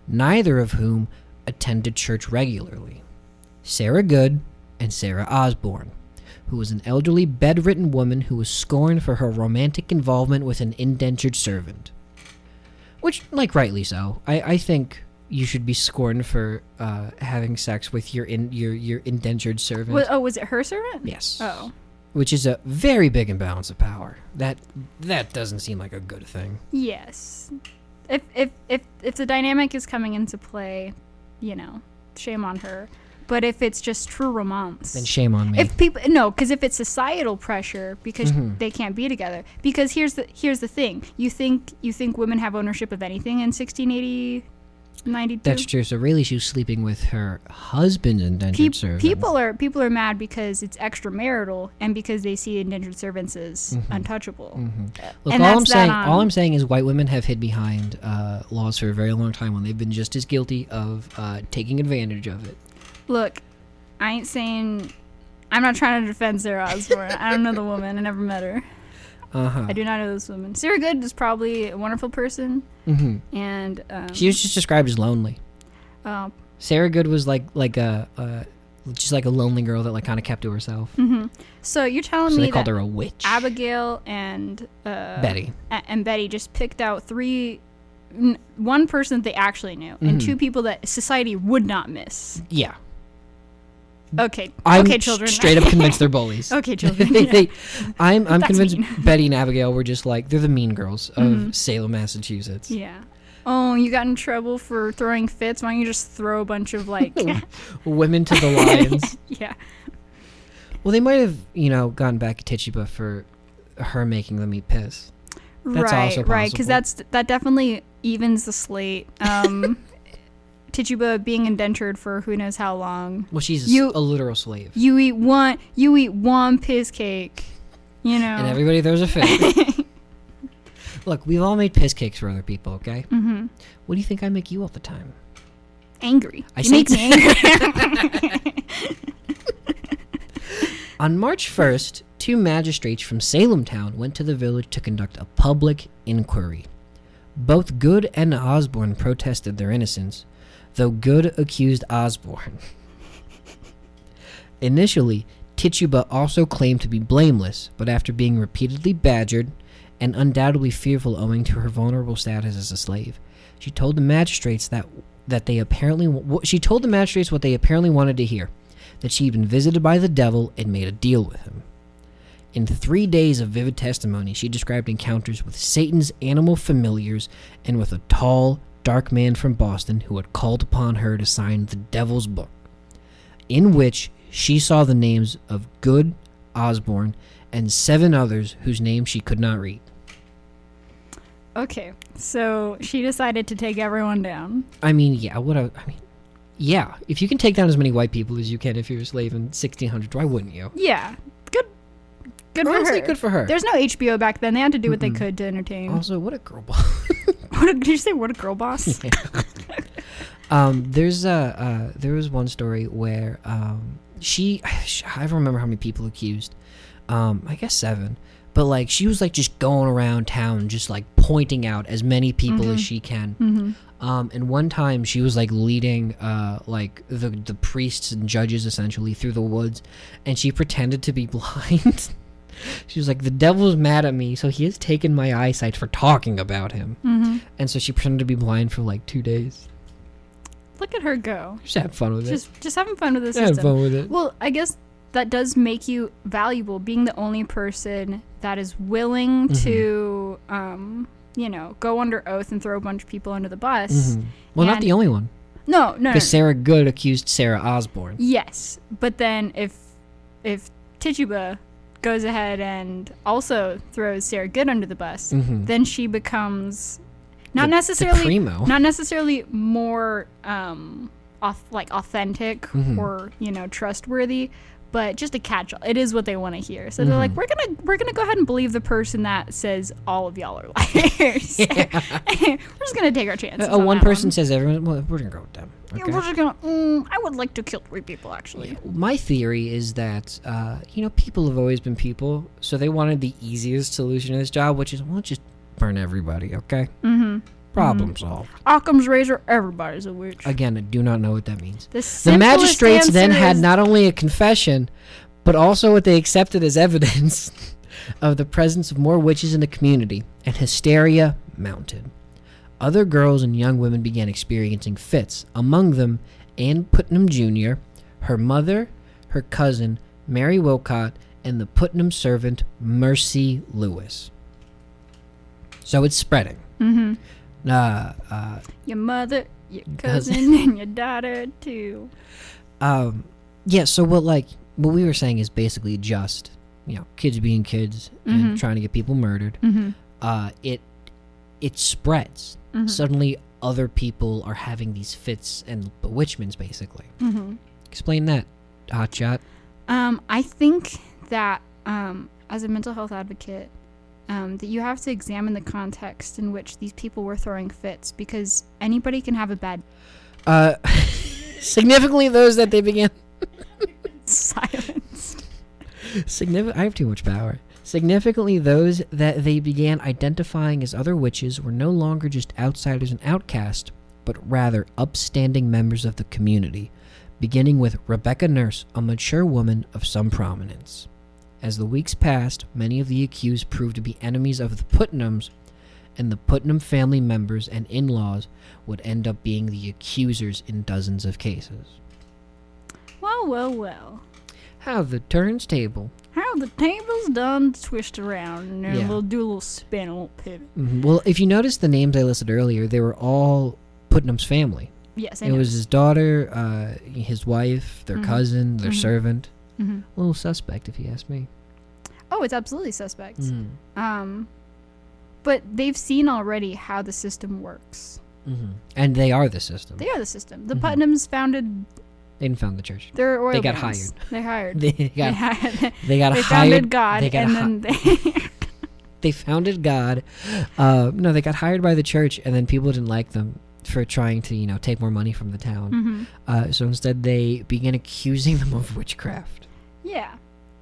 [SPEAKER 2] neither of whom attended church regularly. Sarah Good and Sarah Osborne, who was an elderly bedridden woman who was scorned for her romantic involvement with an indentured servant. Which, like, rightly so. I, I think you should be scorned for uh, having sex with your in, your your indentured servant.
[SPEAKER 3] Wa- oh, was it her servant?
[SPEAKER 2] yes.
[SPEAKER 3] Oh.
[SPEAKER 2] Which is a very big imbalance of power. That that doesn't seem like a good thing.
[SPEAKER 3] Yes. If if if if the dynamic is coming into play, you know, shame on her. But if it's just true romance,
[SPEAKER 2] Then shame on me.
[SPEAKER 3] if people no because if it's societal pressure because
[SPEAKER 2] Mm-hmm.
[SPEAKER 3] they can't be together because here's the here's the thing you think you think women have ownership of anything in 1680 92
[SPEAKER 2] That's true. So really, she was sleeping with her husband's indentured
[SPEAKER 3] Peop-
[SPEAKER 2] servant.
[SPEAKER 3] people are people are mad because it's extramarital and because they see indentured servants as
[SPEAKER 2] Mm-hmm.
[SPEAKER 3] untouchable
[SPEAKER 2] Look,
[SPEAKER 3] and
[SPEAKER 2] all
[SPEAKER 3] that's
[SPEAKER 2] I'm
[SPEAKER 3] that
[SPEAKER 2] saying, all
[SPEAKER 3] on-
[SPEAKER 2] I'm saying is, white women have hid behind uh, laws for a very long time when they've been just as guilty of uh, taking advantage of it.
[SPEAKER 3] look i ain't saying i'm not trying to defend sarah osborne i don't know the woman i never met her
[SPEAKER 2] Uh huh.
[SPEAKER 3] i do not know this woman sarah good is probably a wonderful person
[SPEAKER 2] hmm
[SPEAKER 3] and um,
[SPEAKER 2] She was just described as lonely.
[SPEAKER 3] uh,
[SPEAKER 2] Sarah Good was like like a, a just like a lonely girl that like kind of kept to herself.
[SPEAKER 3] so you're telling
[SPEAKER 2] So
[SPEAKER 3] Mm-hmm. me
[SPEAKER 2] they called
[SPEAKER 3] that
[SPEAKER 2] her a witch.
[SPEAKER 3] Abigail and uh,
[SPEAKER 2] Betty.
[SPEAKER 3] a- and Betty just picked out three, n- one person that they actually knew,
[SPEAKER 2] Mm-hmm.
[SPEAKER 3] and two people that society would not miss.
[SPEAKER 2] Yeah.
[SPEAKER 3] Okay,
[SPEAKER 2] I'm
[SPEAKER 3] okay,
[SPEAKER 2] s-
[SPEAKER 3] children.
[SPEAKER 2] straight up convinced they're bullies.
[SPEAKER 3] okay, children.
[SPEAKER 2] they, they, I'm I'm
[SPEAKER 3] That's
[SPEAKER 2] convinced
[SPEAKER 3] mean. Mm-hmm.
[SPEAKER 2] Betty and Abigail were just like they're the mean girls of Salem, Massachusetts.
[SPEAKER 3] yeah. Oh, you got in trouble for throwing fits. Why don't you just throw a bunch of like,
[SPEAKER 2] Women to the lions.
[SPEAKER 3] yeah,
[SPEAKER 2] Well, they might have, you know, gone back at Tituba for her making them eat piss. That's
[SPEAKER 3] right,
[SPEAKER 2] also
[SPEAKER 3] right,
[SPEAKER 2] possible.
[SPEAKER 3] because that's that definitely evens the slate. Um, Tituba being indentured for who knows how long.
[SPEAKER 2] Well, she's a s-
[SPEAKER 3] You-
[SPEAKER 2] a literal slave,
[SPEAKER 3] You eat one. You eat one piss cake. You know.
[SPEAKER 2] and everybody there's a fit. Look, we've all made piss cakes for other people, okay? Mm-hmm. What do you think I make you all the time?
[SPEAKER 3] angry.
[SPEAKER 2] I
[SPEAKER 3] you
[SPEAKER 2] say-
[SPEAKER 3] make me angry.
[SPEAKER 2] On March 1st, two magistrates from Salem Town went to the village to conduct a public inquiry. Both Good and Osborne protested their innocence, though Good accused Osborne. Initially, Tituba also claimed to be blameless, but after being repeatedly badgered and undoubtedly fearful owing to her vulnerable status as a slave, she told the magistrates that that they apparently wh- she told the magistrates what they apparently wanted to hear, that she had been visited by the devil and made a deal with him. In three days of vivid testimony, she described encounters with Satan's animal familiars and with a tall, dark man from Boston who had called upon her to sign the devil's book, in which she saw the names of Good, Osborne, and seven others whose names she could not read.
[SPEAKER 3] okay, so she decided to take everyone down.
[SPEAKER 2] I mean, yeah, what a. I mean, yeah, if you can take down as many white people as you can if you're a slave in 1600, why wouldn't you?
[SPEAKER 3] Yeah, good, good for
[SPEAKER 2] Honestly,
[SPEAKER 3] her.
[SPEAKER 2] good for her. Oh,
[SPEAKER 3] There's no HBO back then. They had to do what they could to entertain.
[SPEAKER 2] also, what a girl boss.
[SPEAKER 3] What a, did you say what a girl boss?
[SPEAKER 2] Um, there's a uh, there was one story where um, she I don't remember how many people accused. Um, I guess seven, But like she was like just going around town, just like pointing out as many people as she can. Um, and one time she was like leading uh, like the the priests and judges essentially through the woods, and she pretended to be blind. she was like, "The devil's mad at me, so he has taken my eyesight for talking about him." And so she pretended to be blind for like two days.
[SPEAKER 3] Look at her go.
[SPEAKER 2] Just had fun with
[SPEAKER 3] Just just having fun with the
[SPEAKER 2] it. Had
[SPEAKER 3] system.
[SPEAKER 2] fun with it.
[SPEAKER 3] Well, I guess that does make you valuable, being the only person that is willing to, um, you know, go under oath and throw a bunch of people under the bus.
[SPEAKER 2] Well, not
[SPEAKER 3] and-
[SPEAKER 2] the only one.
[SPEAKER 3] No, no, no, no.
[SPEAKER 2] Because Sarah Good accused Sarah Osborne.
[SPEAKER 3] Yes, but then if if Tituba goes ahead and also throws Sarah Good under the bus, then she becomes
[SPEAKER 2] Mm-hmm. The-
[SPEAKER 3] not
[SPEAKER 2] the
[SPEAKER 3] necessarily
[SPEAKER 2] primo.
[SPEAKER 3] not necessarily more um off, like authentic
[SPEAKER 2] Mm-hmm.
[SPEAKER 3] or you know trustworthy, but just a catch-all. It is what they want to hear. So they're like,
[SPEAKER 2] Mm-hmm.
[SPEAKER 3] we're gonna we're gonna go ahead and believe the person that says all of y'all are liars. we're just gonna take our chances.
[SPEAKER 2] Oh,
[SPEAKER 3] on
[SPEAKER 2] one
[SPEAKER 3] that
[SPEAKER 2] person says everyone. Well, we're gonna go with them.
[SPEAKER 3] Yeah,
[SPEAKER 2] Okay?
[SPEAKER 3] We're just gonna. Mm, I would like to kill three people actually.
[SPEAKER 2] My theory is that uh, you know people have always been people, so they wanted the easiest solution to this job, which is well, just burn everybody. Okay. Mm-hmm. Problem solved.
[SPEAKER 3] Occam's razor, everybody's a witch.
[SPEAKER 2] Again, I do not know what that means.
[SPEAKER 3] the,
[SPEAKER 2] The
[SPEAKER 3] simplest
[SPEAKER 2] magistrates then
[SPEAKER 3] answer
[SPEAKER 2] had
[SPEAKER 3] is-
[SPEAKER 2] not only a confession, but also what they accepted as evidence of the presence of more witches in the community, and hysteria mounted. Other girls and young women began experiencing fits, among them Ann Putnam Jr., her mother, her cousin, Mary Wilcott, and the Putnam servant, Mercy Lewis. So it's spreading. Mm-hmm. Uh, uh,
[SPEAKER 3] your mother, your
[SPEAKER 2] Cousin.
[SPEAKER 3] cousin, and your daughter too.
[SPEAKER 2] um yeah so what like what we were saying is basically just you know kids being kids and trying to get people murdered
[SPEAKER 3] Mm-hmm.
[SPEAKER 2] uh it it spreads suddenly other people are having these fits and bewitchments basically explain that hotshot
[SPEAKER 3] Mm-hmm. Um, I think that um, as a mental health advocate, um, that you have to examine the context in which these people were throwing fits because anybody can have a bad
[SPEAKER 2] uh significantly those that they began
[SPEAKER 3] silence.
[SPEAKER 2] Signific- I have too much power. Significantly, those that they began identifying as other witches were no longer just outsiders and outcasts, but rather upstanding members of the community, beginning with Rebecca Nurse, a mature woman of some prominence. As the weeks passed, many of the accused proved to be enemies of the Putnams, and the Putnam family members and in laws would end up being the accusers in dozens of cases.
[SPEAKER 3] Well, well, well.
[SPEAKER 2] How the turns table.
[SPEAKER 3] How the table's done twist around and then
[SPEAKER 2] Yeah.
[SPEAKER 3] we'll do a little spin, a little pivot.
[SPEAKER 2] Mhm. Well, if you notice the names I listed earlier, they were all Putnam's family.
[SPEAKER 3] Yes, I
[SPEAKER 2] It
[SPEAKER 3] know.
[SPEAKER 2] was his daughter, uh, his wife, their
[SPEAKER 3] Mm-hmm.
[SPEAKER 2] cousin, their servant.
[SPEAKER 3] Mhm.
[SPEAKER 2] A little suspect, if you ask me. Mm-hmm.
[SPEAKER 3] Oh, it's absolutely
[SPEAKER 2] Mm.
[SPEAKER 3] suspect. Um, but they've seen already how the system works.
[SPEAKER 2] Mm-hmm. And they are the system.
[SPEAKER 3] They are the system. The Putnams founded
[SPEAKER 2] They didn't found the church.
[SPEAKER 3] their
[SPEAKER 2] Mm-hmm.
[SPEAKER 3] oil.
[SPEAKER 2] They got
[SPEAKER 3] bands. They hired.
[SPEAKER 2] They got,
[SPEAKER 3] hired.
[SPEAKER 2] they got
[SPEAKER 3] they
[SPEAKER 2] hired.
[SPEAKER 3] founded God,
[SPEAKER 2] they got
[SPEAKER 3] and
[SPEAKER 2] hi-
[SPEAKER 3] then they.
[SPEAKER 2] they founded God. Uh, no, they got hired by the church, and then people didn't like them for trying to, you know, take more money from the town.
[SPEAKER 3] Mhm.
[SPEAKER 2] Uh, so instead, they began accusing them of witchcraft.
[SPEAKER 3] Yeah.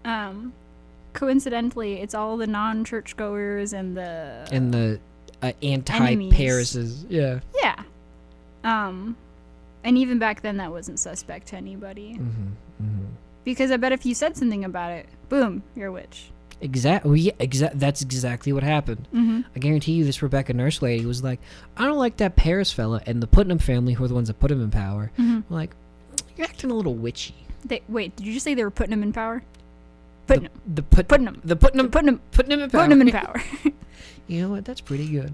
[SPEAKER 3] Um, coincidentally, it's all the non-churchgoers and the
[SPEAKER 2] And the uh, anti-Parises, yeah.
[SPEAKER 3] yeah. Um, and even back then, that wasn't suspect to anybody
[SPEAKER 2] Mm-hmm.
[SPEAKER 3] because I bet if you said something about it, boom, you're a witch.
[SPEAKER 2] Exactly. Yeah, exa- that's exactly what happened. I guarantee you, this Rebecca Nurse lady was like, "I don't like that Paris fella and the Putnam family, who are the ones that put him in power." Were Like, you're acting a little witchy.
[SPEAKER 3] They wait. Did you just say they were putting him in power? Putting him,
[SPEAKER 2] The put
[SPEAKER 3] putting him,
[SPEAKER 2] the Putnam
[SPEAKER 3] putting him,
[SPEAKER 2] putting him in power.
[SPEAKER 3] putting him in power.
[SPEAKER 2] You know what? That's pretty good.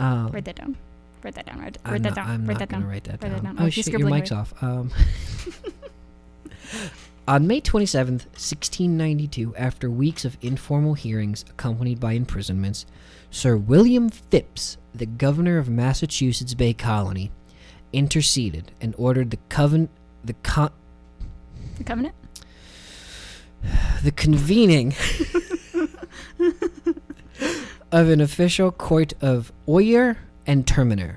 [SPEAKER 2] Um,
[SPEAKER 3] write that down. Write that down. Write, write
[SPEAKER 2] I'm
[SPEAKER 3] that
[SPEAKER 2] not,
[SPEAKER 3] down.
[SPEAKER 2] I'm
[SPEAKER 3] write
[SPEAKER 2] not
[SPEAKER 3] that
[SPEAKER 2] gonna
[SPEAKER 3] down.
[SPEAKER 2] write that
[SPEAKER 3] Write that
[SPEAKER 2] down.
[SPEAKER 3] down.
[SPEAKER 2] Oh
[SPEAKER 3] Oh, she's
[SPEAKER 2] shit, your
[SPEAKER 3] scribbling
[SPEAKER 2] mic's off. Um, on May 27th, 1692, after weeks of informal hearings accompanied by imprisonments, Sir William Phipps, the governor of Massachusetts Bay Colony, interceded and ordered the coven the con-
[SPEAKER 3] The covenant.
[SPEAKER 2] the convening of an official court of oyer and terminer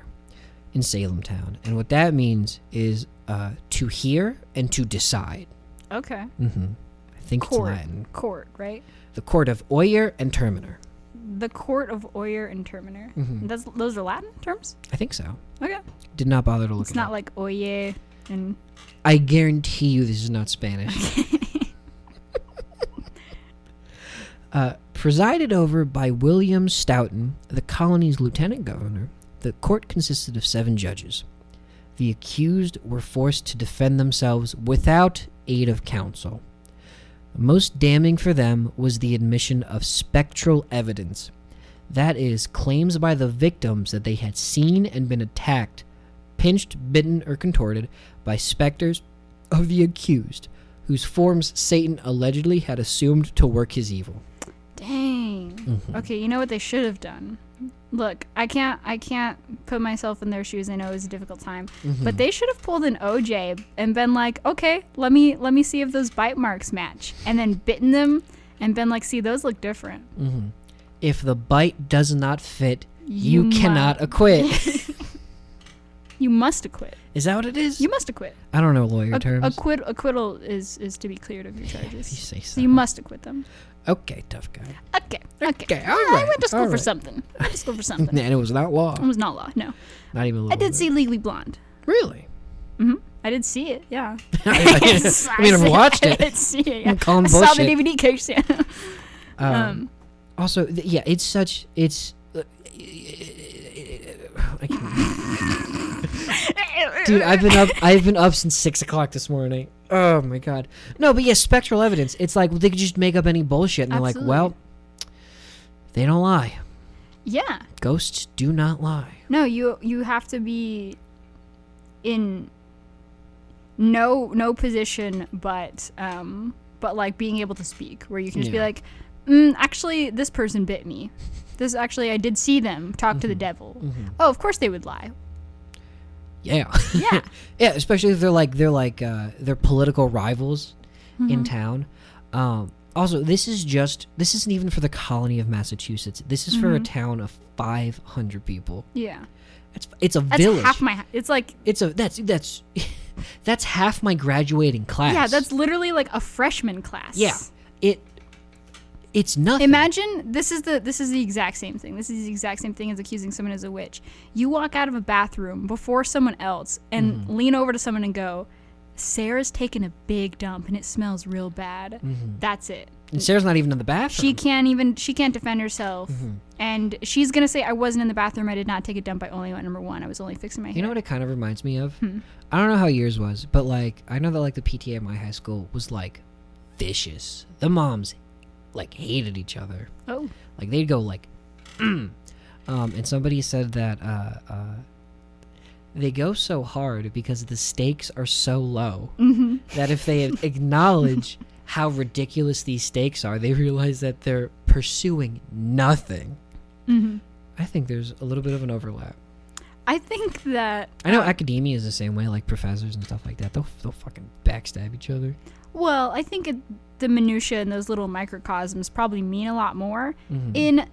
[SPEAKER 2] in Salem town. And what that means is uh, to hear and to decide.
[SPEAKER 3] Okay.
[SPEAKER 2] Mm-hmm. I think
[SPEAKER 3] court,
[SPEAKER 2] it's Latin.
[SPEAKER 3] court, right?
[SPEAKER 2] The court of Oyer and Terminer.
[SPEAKER 3] The court of Oyer and Terminer.
[SPEAKER 2] Mm-hmm.
[SPEAKER 3] That's those are Latin terms.
[SPEAKER 2] I think so.
[SPEAKER 3] Okay,
[SPEAKER 2] Did not bother to look
[SPEAKER 3] it's
[SPEAKER 2] it
[SPEAKER 3] not
[SPEAKER 2] up.
[SPEAKER 3] like Oye and
[SPEAKER 2] I guarantee you this is not Spanish. uh, presided over by William Stoughton, the colony's lieutenant governor, the court consisted of seven judges. The accused were forced to defend themselves without aid of counsel. Most damning for them was the admission of spectral evidence. That is, claims by the victims that they had seen and been attacked, pinched, bitten, or contorted by specters of the accused, whose forms Satan allegedly had assumed to work his evil.
[SPEAKER 3] Dang.
[SPEAKER 2] Mm-hmm.
[SPEAKER 3] Okay, you know what they should have done. Look, I can't I can't put myself in their shoes. I know it was a difficult time,
[SPEAKER 2] Mm-hmm.
[SPEAKER 3] but they should have pulled an OJ and been like, "Okay, let me let me see if those bite marks match." And then bitten them and been like, "See, those look different."
[SPEAKER 2] Mm. If the bite does not fit, you,
[SPEAKER 3] You
[SPEAKER 2] cannot
[SPEAKER 3] mu-
[SPEAKER 2] acquit.
[SPEAKER 3] You must acquit.
[SPEAKER 2] is that what it is?
[SPEAKER 3] You must acquit.
[SPEAKER 2] I don't know lawyer
[SPEAKER 3] Ac-
[SPEAKER 2] terms.
[SPEAKER 3] acquit acquittal is is to be cleared of your
[SPEAKER 2] If you
[SPEAKER 3] charges.
[SPEAKER 2] say
[SPEAKER 3] So
[SPEAKER 2] so.
[SPEAKER 3] you must acquit them.
[SPEAKER 2] okay, tough guy.
[SPEAKER 3] Okay. Okay.
[SPEAKER 2] Okay, all
[SPEAKER 3] I- I
[SPEAKER 2] right,
[SPEAKER 3] went to school
[SPEAKER 2] all
[SPEAKER 3] for
[SPEAKER 2] right.
[SPEAKER 3] something. I went to school for
[SPEAKER 2] And
[SPEAKER 3] something.
[SPEAKER 2] it was not law.
[SPEAKER 3] It was not law. No.
[SPEAKER 2] Not even law.
[SPEAKER 3] I did see Legally Blonde.
[SPEAKER 2] Really?
[SPEAKER 3] I did see it. Yeah.
[SPEAKER 2] I mean, I've watched
[SPEAKER 3] I
[SPEAKER 2] it.
[SPEAKER 3] did see it. Yeah.
[SPEAKER 2] Call 'em
[SPEAKER 3] I saw the
[SPEAKER 2] bullshit.
[SPEAKER 3] DVD case. Yeah.
[SPEAKER 2] Um,
[SPEAKER 3] Um,
[SPEAKER 2] also, th- yeah, it's such. It's. I can't- Dude, I've been up. I've been up since six o'clock this morning. Oh my god. No, but yeah, spectral evidence. It's like they could just make up any bullshit, and they're like, well, they don't lie.
[SPEAKER 3] yeah.
[SPEAKER 2] Ghosts do not lie.
[SPEAKER 3] No, you you have to be in no no position but um but like being able to speak where you can just be
[SPEAKER 2] Yeah.
[SPEAKER 3] like, mm, actually this person bit me. This actually I did see them talk
[SPEAKER 2] Mm-hmm.
[SPEAKER 3] to the devil. Oh, of course they would lie.
[SPEAKER 2] Yeah.
[SPEAKER 3] Yeah.
[SPEAKER 2] yeah, especially if they're like they're like uh, they're political rivals
[SPEAKER 3] Mm-hmm.
[SPEAKER 2] in town. Um, also, this is just this isn't even for the colony of Massachusetts. This is
[SPEAKER 3] Mm-hmm.
[SPEAKER 2] for a town of five hundred people.
[SPEAKER 3] yeah.
[SPEAKER 2] It's it's a
[SPEAKER 3] That's
[SPEAKER 2] village.
[SPEAKER 3] half my it's like
[SPEAKER 2] it's a that's that's that's half my graduating class.
[SPEAKER 3] yeah, that's literally like a freshman class.
[SPEAKER 2] yeah. It it's nothing.
[SPEAKER 3] Imagine this is the this is the exact same thing. This is the exact same thing as accusing someone as a witch. You walk out of a bathroom before someone else and
[SPEAKER 2] Mm-hmm.
[SPEAKER 3] lean over to someone and go, "Sarah's taking a big dump and it smells real bad."
[SPEAKER 2] Mm-hmm.
[SPEAKER 3] That's it.
[SPEAKER 2] and Sarah's not even in the bathroom.
[SPEAKER 3] She can't even she can't defend herself.
[SPEAKER 2] Mm-hmm.
[SPEAKER 3] And she's going to say I wasn't in the bathroom. I did not take a dump. I only went number 1. I was only fixing my hair.
[SPEAKER 2] you know what it kind of reminds me of?
[SPEAKER 3] Hmm.
[SPEAKER 2] I don't know how yours was, but like I know that like the PTA at my high school was like vicious. The moms like hated each other.
[SPEAKER 3] oh.
[SPEAKER 2] Like they'd go like, um, and somebody said that uh, uh, they go so hard because the stakes are so low
[SPEAKER 3] Mm-hmm.
[SPEAKER 2] that if they acknowledge how ridiculous these stakes are, they realize that they're pursuing nothing.
[SPEAKER 3] Mm-hmm.
[SPEAKER 2] I think there's a little bit of an overlap.
[SPEAKER 3] I think that
[SPEAKER 2] I know academia is the same way, like professors and stuff like that. They'll they'll fucking backstab each other.
[SPEAKER 3] Well, I think it, the minutia and those little microcosms probably mean a lot more. In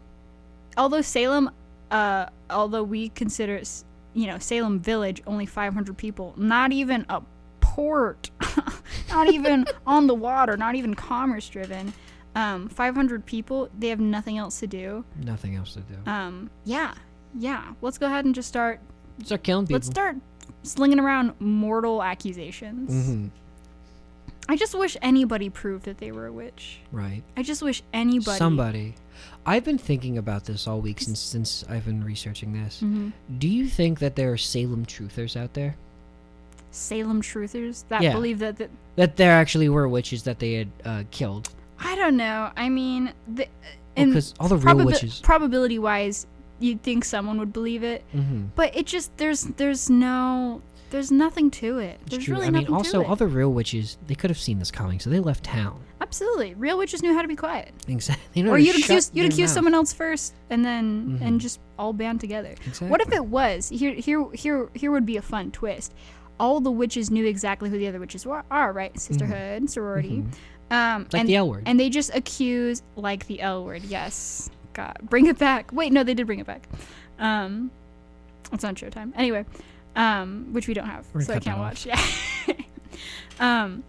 [SPEAKER 3] although Salem, uh, although we consider it s- you know Salem Village only 500 people, not even a port, not even on the water, not even commerce driven. Um, 500 people, they have nothing else to do.
[SPEAKER 2] Nothing else to do.
[SPEAKER 3] Um, yeah, yeah. Let's go ahead and just start.
[SPEAKER 2] Start killing people.
[SPEAKER 3] Let's start slinging around mortal accusations.
[SPEAKER 2] Mhm.
[SPEAKER 3] I just wish anybody proved that they were a witch.
[SPEAKER 2] Right.
[SPEAKER 3] I just wish anybody.
[SPEAKER 2] Somebody. I've been thinking about this all week since since I've been researching this.
[SPEAKER 3] Mm-hmm.
[SPEAKER 2] Do you think that there are Salem truthers out there?
[SPEAKER 3] Salem truthers that
[SPEAKER 2] Yeah.
[SPEAKER 3] believe that, that.
[SPEAKER 2] That there actually were witches that they had uh, killed?
[SPEAKER 3] I don't know. I mean, the, and
[SPEAKER 2] 'cause all the real
[SPEAKER 3] probabi-
[SPEAKER 2] witches-
[SPEAKER 3] Probability wise, you'd think someone would believe it,
[SPEAKER 2] Mm-hmm.
[SPEAKER 3] but it just there's there's no there's nothing to it.
[SPEAKER 2] It's
[SPEAKER 3] there's
[SPEAKER 2] true.
[SPEAKER 3] really
[SPEAKER 2] I mean,
[SPEAKER 3] nothing
[SPEAKER 2] also
[SPEAKER 3] to it.
[SPEAKER 2] other real witches, they could have seen this coming, so they left town.
[SPEAKER 3] Absolutely, real witches knew how to be quiet.
[SPEAKER 2] Exactly.
[SPEAKER 3] or you'd accuse you'd accuse someone else first, and then and just all band together. What if
[SPEAKER 2] Mm-hmm. Exactly.
[SPEAKER 3] it was here? Here, here, here would be a fun twist. All the witches knew exactly who the other witches were, are, right? Sisterhood, sorority, um,
[SPEAKER 2] Mm-hmm. Like
[SPEAKER 3] and
[SPEAKER 2] the L word.
[SPEAKER 3] and they just accuse like the L word. Yes, God, bring it back. Wait, no, they did bring it back. Um, it's on Showtime anyway, um, which we don't have,
[SPEAKER 2] We're gonna
[SPEAKER 3] so
[SPEAKER 2] cut that
[SPEAKER 3] I can't
[SPEAKER 2] off.
[SPEAKER 3] watch. Yeah. um,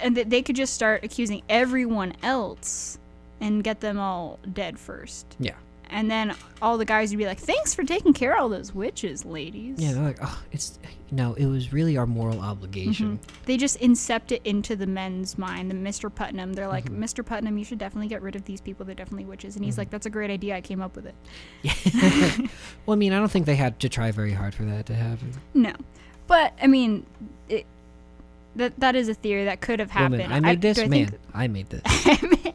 [SPEAKER 3] and that they could just start accusing everyone else and get them all dead first.
[SPEAKER 2] Yeah.
[SPEAKER 3] And then all the guys would be like, "Thanks for taking care of all those witches, ladies."
[SPEAKER 2] Yeah, they're like, oh, it's no, it was really our moral obligation.
[SPEAKER 3] They just incept it into the men's mind. The Mr. Putnam, they're
[SPEAKER 2] Mm-hmm.
[SPEAKER 3] like, "Mr. Putnam, you should definitely get rid of these people. They're definitely witches." And he's like, "That's a great idea. I came up with it." Mm-hmm.
[SPEAKER 2] Well, I mean, I don't think they had to try very hard for that to happen.
[SPEAKER 3] No, but I mean, it, that that is a theory that could have happened.
[SPEAKER 2] Woman, I made this,
[SPEAKER 3] do I
[SPEAKER 2] man.
[SPEAKER 3] think-
[SPEAKER 2] I made this.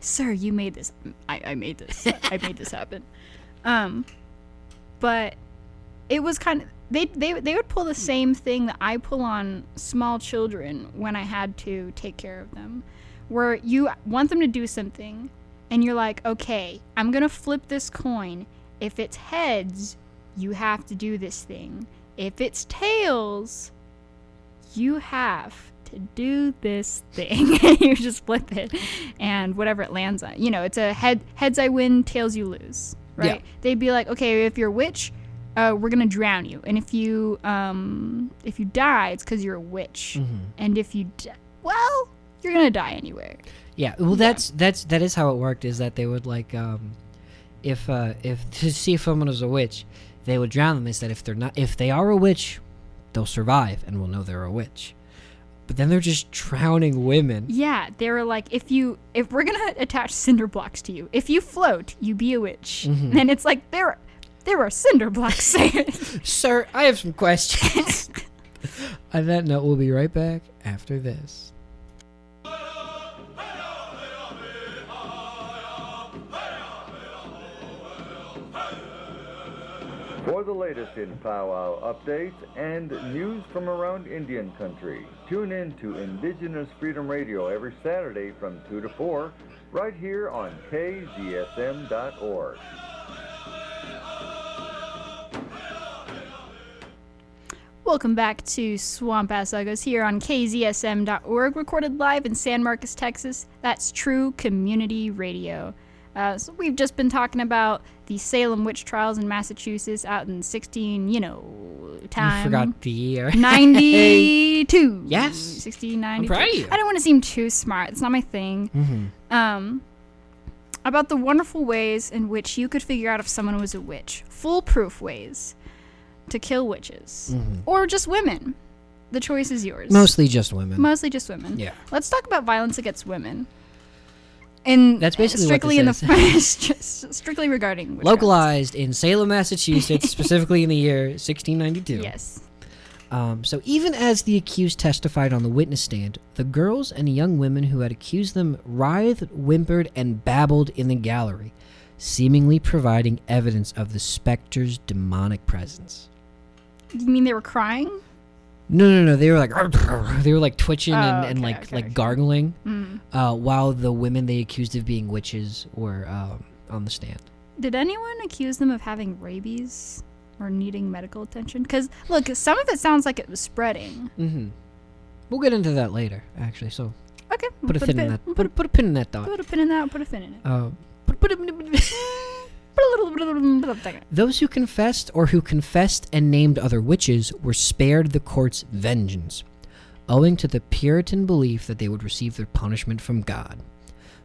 [SPEAKER 3] sir, you made this. I, I made this. I made this happen. Um, but it was kind of they they they would pull the same thing that I pull on small children when I had to take care of them, where you want them to do something, and you're like, okay, I'm gonna flip this coin. If it's heads, you have to do this thing. If it's tails, you have to do this thing. you just flip it, and whatever it lands on, you know, it's a head heads I win, tails you lose, right?
[SPEAKER 2] Yeah.
[SPEAKER 3] They'd be like, okay, if you're a witch, uh, we're gonna drown you, and if you um if you die, it's because you're a witch, and if you di- well, you're gonna die anyway.
[SPEAKER 2] Yeah, well, that's that's that is how it worked. Is that they would like, um, if uh, if to see if someone was a witch, they would drown them. Is that if they're not, if they are a witch, they'll survive and we'll know they're a witch. But then they're just drowning women.
[SPEAKER 3] Yeah, they were like, if you, if we're gonna attach cinder blocks to you, if you float, you be a witch. And it's like there, there are cinder blocks.
[SPEAKER 2] Sir, I have some questions. On that note, we'll be right back after this.
[SPEAKER 5] For the latest in powwow updates and news from around Indian country, tune in to Indigenous Freedom Radio every Saturday from 2 to 4, right here on KZSM.org.
[SPEAKER 3] Welcome back to Swamp Ass Uggos here on KZSM.org, recorded live in San Marcos, Texas. That's true community radio. Uh, so we've just been talking about the Salem witch trials in Massachusetts out in 16, you know, time.
[SPEAKER 2] You forgot the year.
[SPEAKER 3] 92.
[SPEAKER 2] Yes.
[SPEAKER 3] 16, 92.
[SPEAKER 2] proud of you.
[SPEAKER 3] I don't want to seem too smart. It's not my thing.
[SPEAKER 2] Mm-hmm.
[SPEAKER 3] Um, about the wonderful ways in which you could figure out if someone was a witch. Foolproof ways to kill witches.
[SPEAKER 2] Mm-hmm.
[SPEAKER 3] Or just women. The choice is yours.
[SPEAKER 2] Mostly just women.
[SPEAKER 3] Mostly just women.
[SPEAKER 2] Yeah.
[SPEAKER 3] Let's talk about violence against women. And
[SPEAKER 2] That's basically what
[SPEAKER 3] strictly
[SPEAKER 2] this
[SPEAKER 3] in the st- strictly regarding witchcraft.
[SPEAKER 2] Localized in Salem, Massachusetts, specifically in the year 1692.
[SPEAKER 3] Yes.
[SPEAKER 2] Um, so, even as the accused testified on the witness stand, the girls and young women who had accused them writhed, whimpered, and babbled in the gallery, seemingly providing evidence of the specter's demonic presence.
[SPEAKER 3] You mean they were crying?
[SPEAKER 2] No, no, no. They were like, they were like twitching and,
[SPEAKER 3] Oh,
[SPEAKER 2] and
[SPEAKER 3] okay,
[SPEAKER 2] like
[SPEAKER 3] okay,
[SPEAKER 2] like
[SPEAKER 3] okay. Mm.
[SPEAKER 2] gargling, uh, while the women they accused of being witches were um, on the stand.
[SPEAKER 3] Did anyone accuse them of having rabies or needing medical attention? Because, look, some of it sounds like it was spreading.
[SPEAKER 2] Mm-hmm. We'll get into that later, actually. So
[SPEAKER 3] Okay, we'll
[SPEAKER 2] put a pin in that.
[SPEAKER 3] we'll
[SPEAKER 2] Put a, put a pin in that thought.
[SPEAKER 3] Mm-hmm. put a pin in that, put a pin in it.
[SPEAKER 2] Uh, put, put a,
[SPEAKER 3] Put a little bit of bit of thing in it.
[SPEAKER 2] Those who confessed or who confessed and named other witches were spared the court's vengeance, owing to the Puritan belief that they would receive their punishment from God.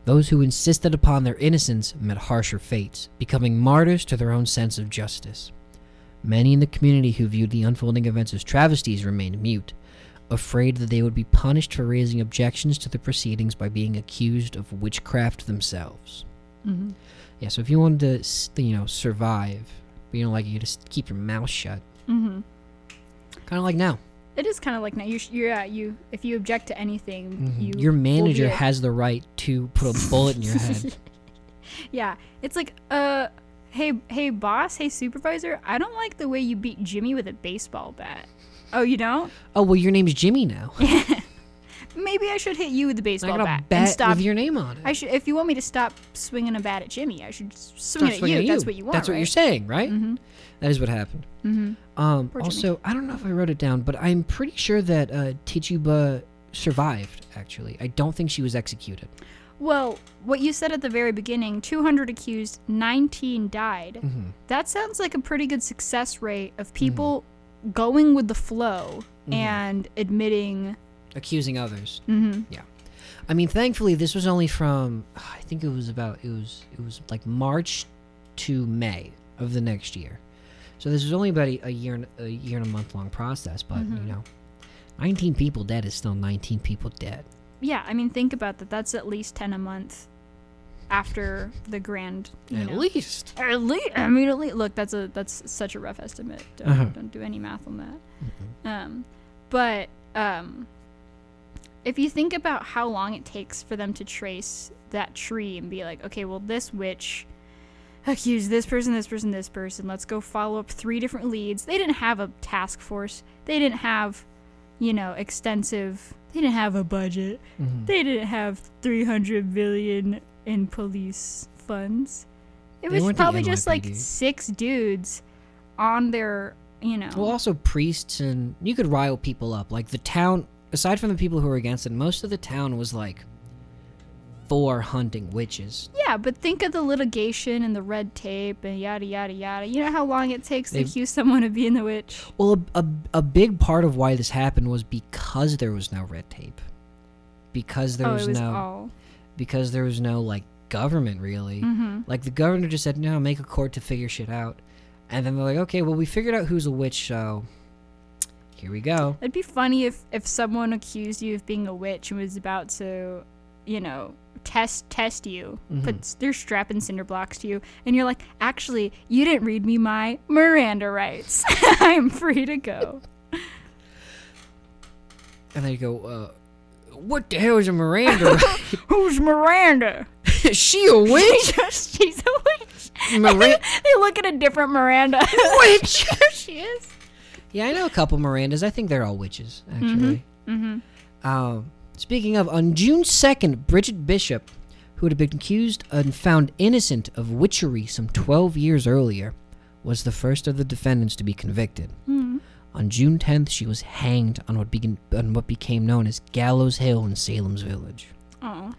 [SPEAKER 2] Those who insisted upon their innocence met harsher fates, becoming martyrs to their own sense of justice. Many in the community who viewed the unfolding events as travesties remained mute, afraid that they would be punished for raising objections to the proceedings by being accused of witchcraft themselves. Yeah, so if you wanted to, s- you know, survive, but you don't like it, you just keep your mouth shut.
[SPEAKER 3] Mhm.
[SPEAKER 2] Kind of like now.
[SPEAKER 3] It is kind of like now. You, sh- you're, uh, you, if you object to anything, you
[SPEAKER 2] Mm-hmm. your
[SPEAKER 3] will be
[SPEAKER 2] manager
[SPEAKER 3] a-
[SPEAKER 2] has the right to put a bullet in your head.
[SPEAKER 3] Yeah, it's like, uh, hey, hey, boss, hey, supervisor, I don't like the way you beat Jimmy with a baseball bat. Oh, you don't?
[SPEAKER 2] Oh, well, your name's Jimmy now.
[SPEAKER 3] Maybe I should hit you with a
[SPEAKER 2] I
[SPEAKER 3] baseball
[SPEAKER 2] got a
[SPEAKER 3] bat
[SPEAKER 2] bat,
[SPEAKER 3] and stop
[SPEAKER 2] with your name on it.
[SPEAKER 3] I should, if you want me to stop swinging a bat at Jimmy, I should s- swing
[SPEAKER 2] Stop
[SPEAKER 3] it at
[SPEAKER 2] swinging
[SPEAKER 3] you. That's what you want.
[SPEAKER 2] That's what
[SPEAKER 3] right? Mm-hmm.
[SPEAKER 2] you're saying, right? That is what happened. Um,
[SPEAKER 3] Poor Jimmy.
[SPEAKER 2] also, I don't know if I wrote it down, but I'm pretty sure that uh, Tichuba survived, actually. I don't think she was executed.
[SPEAKER 3] Well, what you said at the very beginning 200 accused, 19 died.
[SPEAKER 2] Mm-hmm.
[SPEAKER 3] That sounds like a pretty good
[SPEAKER 2] Mm-hmm.
[SPEAKER 3] success rate of people going with the flow and admitting
[SPEAKER 2] accusing others.
[SPEAKER 3] Mm-hmm.
[SPEAKER 2] Yeah. I mean, thankfully, this was only from ah, I think it was about it was it was like March to May of the next year. So this was only about a, a year and a year and a month long process, but
[SPEAKER 3] Mhm.
[SPEAKER 2] you know, 19 people dead is still 19 people dead.
[SPEAKER 3] Yeah, I mean, think about that. That's at least 10 a month after the grand. you
[SPEAKER 2] At
[SPEAKER 3] know.
[SPEAKER 2] least.
[SPEAKER 3] At least, I mean, at least, look, that's a that's such a rough estimate. Don't,
[SPEAKER 2] Uh-huh.
[SPEAKER 3] don't do any math on that. Um, but um, if you think about how long it takes for them to trace that tree and be like, okay, well, this witch accused this person, this person, this person. Let's go follow up three different leads. They didn't have a task force. They didn't have, you know, extensive. They didn't have a budget.
[SPEAKER 2] Mm-hmm.
[SPEAKER 3] They didn't have 300 billion in police funds. It
[SPEAKER 2] They
[SPEAKER 3] was
[SPEAKER 2] weren't the
[SPEAKER 3] probably just like
[SPEAKER 2] NYPD.
[SPEAKER 3] six dudes on their, you know.
[SPEAKER 2] Well, also priests and you could rile people up. Like the town, aside from the people who were against it, most of the town was like for hunting witches.
[SPEAKER 3] yeah, but think of the litigation and the red tape and yada, yada, yada. You know how long it takes to
[SPEAKER 2] They've-
[SPEAKER 3] accuse someone of being the witch?
[SPEAKER 2] Well, a, a, a big part of why this happened was because there was no red tape, because there
[SPEAKER 3] oh,
[SPEAKER 2] was,
[SPEAKER 3] it was
[SPEAKER 2] no
[SPEAKER 3] all.
[SPEAKER 2] because there was no like government really.
[SPEAKER 3] Mm-hmm.
[SPEAKER 2] Like the governor just said, "No, make a court to figure shit out," and then they're like, "Okay, well we figured out who's a witch, so here we go."
[SPEAKER 3] It'd be funny if, if someone accused you of being a witch and was about to, you know, test test you,
[SPEAKER 2] Mm-hmm.
[SPEAKER 3] put their strap and cinder blocks to you, and you're like, actually, you didn't read me my Miranda rights. I'm free to go.
[SPEAKER 2] And they go, uh, "What the hell is a Miranda?
[SPEAKER 3] Who's Miranda?
[SPEAKER 2] is she a witch?"
[SPEAKER 3] She's a witch.
[SPEAKER 2] Miranda.
[SPEAKER 3] they look at a different Miranda.
[SPEAKER 2] Witch.
[SPEAKER 3] she is.
[SPEAKER 2] Yeah, I know a couple Mirandas. I think they're all witches, actually. Mm-hmm. Um, speaking of, on June 2nd, Bridget Bishop, who had been accused and found innocent of witchery some 12 years earlier, was the first of the defendants to be convicted. On June 10th, she was hanged on what, begin- on what became known as Gallows Hill in Salem's Village.
[SPEAKER 3] Oh.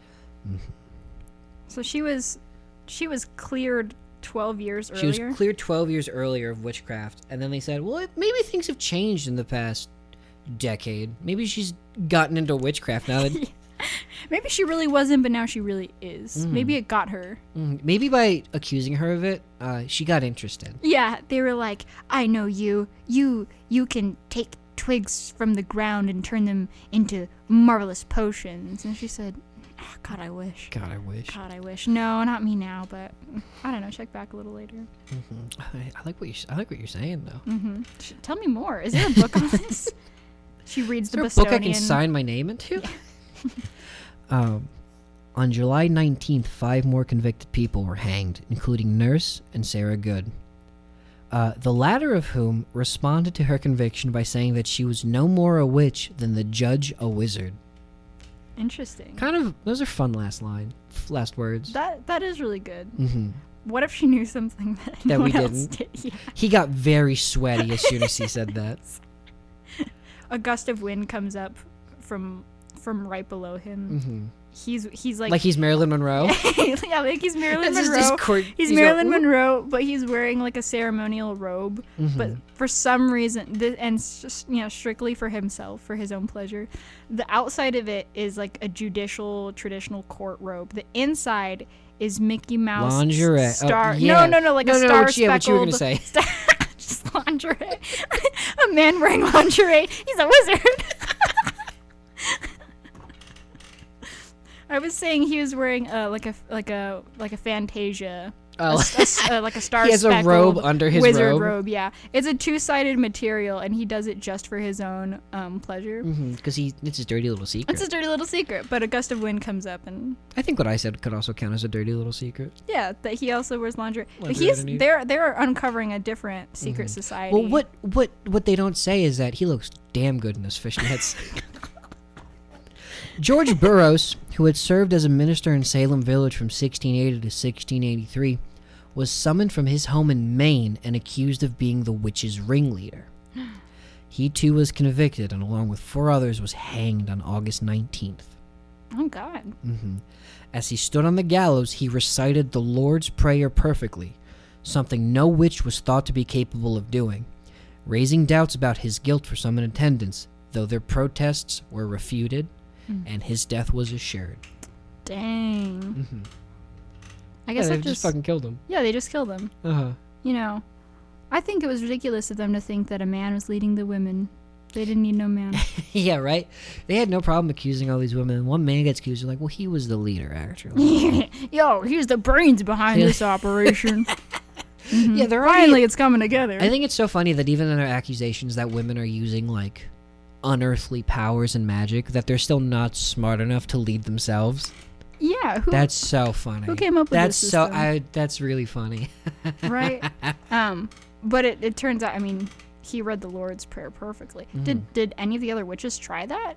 [SPEAKER 3] So she was, she was cleared twelve years
[SPEAKER 2] She
[SPEAKER 3] earlier.
[SPEAKER 2] was cleared 12 years earlier of witchcraft, and then they said, well, it- maybe things have changed in the past decade. Maybe she's gotten into witchcraft now that
[SPEAKER 3] Maybe she really wasn't, but now she really is. Maybe it got her.
[SPEAKER 2] Mm, Maybe by accusing her of it, uh, she got interested.
[SPEAKER 3] Yeah, they were like, "I know you. You you can take twigs from the ground and turn them into marvelous potions." And she said, "Ah, "God, I wish.
[SPEAKER 2] God, I wish.
[SPEAKER 3] God, I wish. No, not me now, but I don't know. Check back a little later.
[SPEAKER 2] I, I like what you. s- I like what you're saying though.
[SPEAKER 3] Mm-hmm. Tell me more. Is there a book on this?" She reads
[SPEAKER 2] Is
[SPEAKER 3] the
[SPEAKER 2] there a
[SPEAKER 3] Bostonian.
[SPEAKER 2] book I can sign my name into? um, on July 19th, five more convicted people were hanged, including Nurse and Sarah Good. Uh, the latter of whom responded to her conviction by saying that she was no more a witch than the judge a wizard.
[SPEAKER 3] Interesting.
[SPEAKER 2] Kind of, those are fun last line, last words.
[SPEAKER 3] That that is really good.
[SPEAKER 2] hmm
[SPEAKER 3] What if she knew something that,
[SPEAKER 2] That
[SPEAKER 3] no
[SPEAKER 2] we
[SPEAKER 3] one else did?
[SPEAKER 2] didn't.
[SPEAKER 3] Yeah.
[SPEAKER 2] He got very sweaty as soon as he said that.
[SPEAKER 3] A gust of wind comes up from from right below him.
[SPEAKER 2] hmm
[SPEAKER 3] He's he's like,
[SPEAKER 2] Like, he's Marilyn Monroe.
[SPEAKER 3] yeah, like he's Marilyn
[SPEAKER 2] It's just
[SPEAKER 3] Monroe.
[SPEAKER 2] this court-
[SPEAKER 3] he's,
[SPEAKER 2] he's
[SPEAKER 3] Marilyn
[SPEAKER 2] all, "Ooh." Mm-hmm.
[SPEAKER 3] Monroe, but he's wearing like a ceremonial robe. But for some reason, th- and it's just you know, strictly for himself, for his own pleasure, the outside of it is like a judicial traditional court robe. The inside is Mickey Mouse
[SPEAKER 2] Lingerie. Oh,
[SPEAKER 3] star.
[SPEAKER 2] yeah.
[SPEAKER 3] No, no, no, like
[SPEAKER 2] No,
[SPEAKER 3] a
[SPEAKER 2] no,
[SPEAKER 3] star
[SPEAKER 2] what- yeah, what you were gonna
[SPEAKER 3] speckled star- just lingerie. a man wearing lingerie. He's a wizard. I was saying he was wearing uh, like a like a like a Fantasia, a
[SPEAKER 2] Oh,
[SPEAKER 3] s- a s- uh, like a star.
[SPEAKER 2] He has a robe
[SPEAKER 3] speckled
[SPEAKER 2] under his
[SPEAKER 3] wizard
[SPEAKER 2] robe.
[SPEAKER 3] Yeah, it's a two-sided material, and he does it just for his own um, pleasure.
[SPEAKER 2] because Hmm, he it's his dirty little secret.
[SPEAKER 3] It's a dirty little secret, but a gust of wind comes up, and
[SPEAKER 2] I think what I said could also count as a dirty little secret.
[SPEAKER 3] yeah, that he also wears lingerie. But
[SPEAKER 2] Lingerie
[SPEAKER 3] he's
[SPEAKER 2] underneath. Mm-hmm.
[SPEAKER 3] they're they're uncovering a different secret society.
[SPEAKER 2] Well, what what what they don't say is that he looks damn good in his fishnets. George Burroughs, who had served as a minister in Salem Village from 1680 to 1683, was summoned from his home in Maine and accused of being the witch's ringleader. He too was convicted and, along with four others, was hanged on August 19th.
[SPEAKER 3] Oh God.
[SPEAKER 2] As he stood on the gallows, he recited the Lord's Prayer perfectly, something no witch was thought to be capable of doing, raising doubts about his guilt for some in attendance, though their protests were refuted
[SPEAKER 3] Hmm.
[SPEAKER 2] and his death was assured.
[SPEAKER 3] Dang. I
[SPEAKER 2] Mm-hmm. Yeah,
[SPEAKER 3] guess
[SPEAKER 2] they
[SPEAKER 3] I
[SPEAKER 2] just,
[SPEAKER 3] just,
[SPEAKER 2] fucking killed him.
[SPEAKER 3] yeah, they just killed him.
[SPEAKER 2] Uh-huh.
[SPEAKER 3] You know, I think it was ridiculous of them to think that a man was leading the women. They didn't need no man.
[SPEAKER 2] Yeah, right? They had no problem accusing all these women. And one man gets accused, they're like, well, he was the leader, actually.
[SPEAKER 3] Yo, here's the brains behind this operation.
[SPEAKER 2] yeah, they're already
[SPEAKER 3] Finally, it's coming together.
[SPEAKER 2] I think it's so funny that even in their accusations that women are using like unearthly powers and magic, that they're still not smart enough to lead themselves.
[SPEAKER 3] yeah, who,
[SPEAKER 2] That's so funny.
[SPEAKER 3] who came up with
[SPEAKER 2] that's
[SPEAKER 3] this
[SPEAKER 2] so
[SPEAKER 3] system?
[SPEAKER 2] I that's really funny.
[SPEAKER 3] right? Um, but it, it turns out, I mean, he read the Lord's Prayer perfectly.
[SPEAKER 2] Mm.
[SPEAKER 3] Did did any of the other witches try that?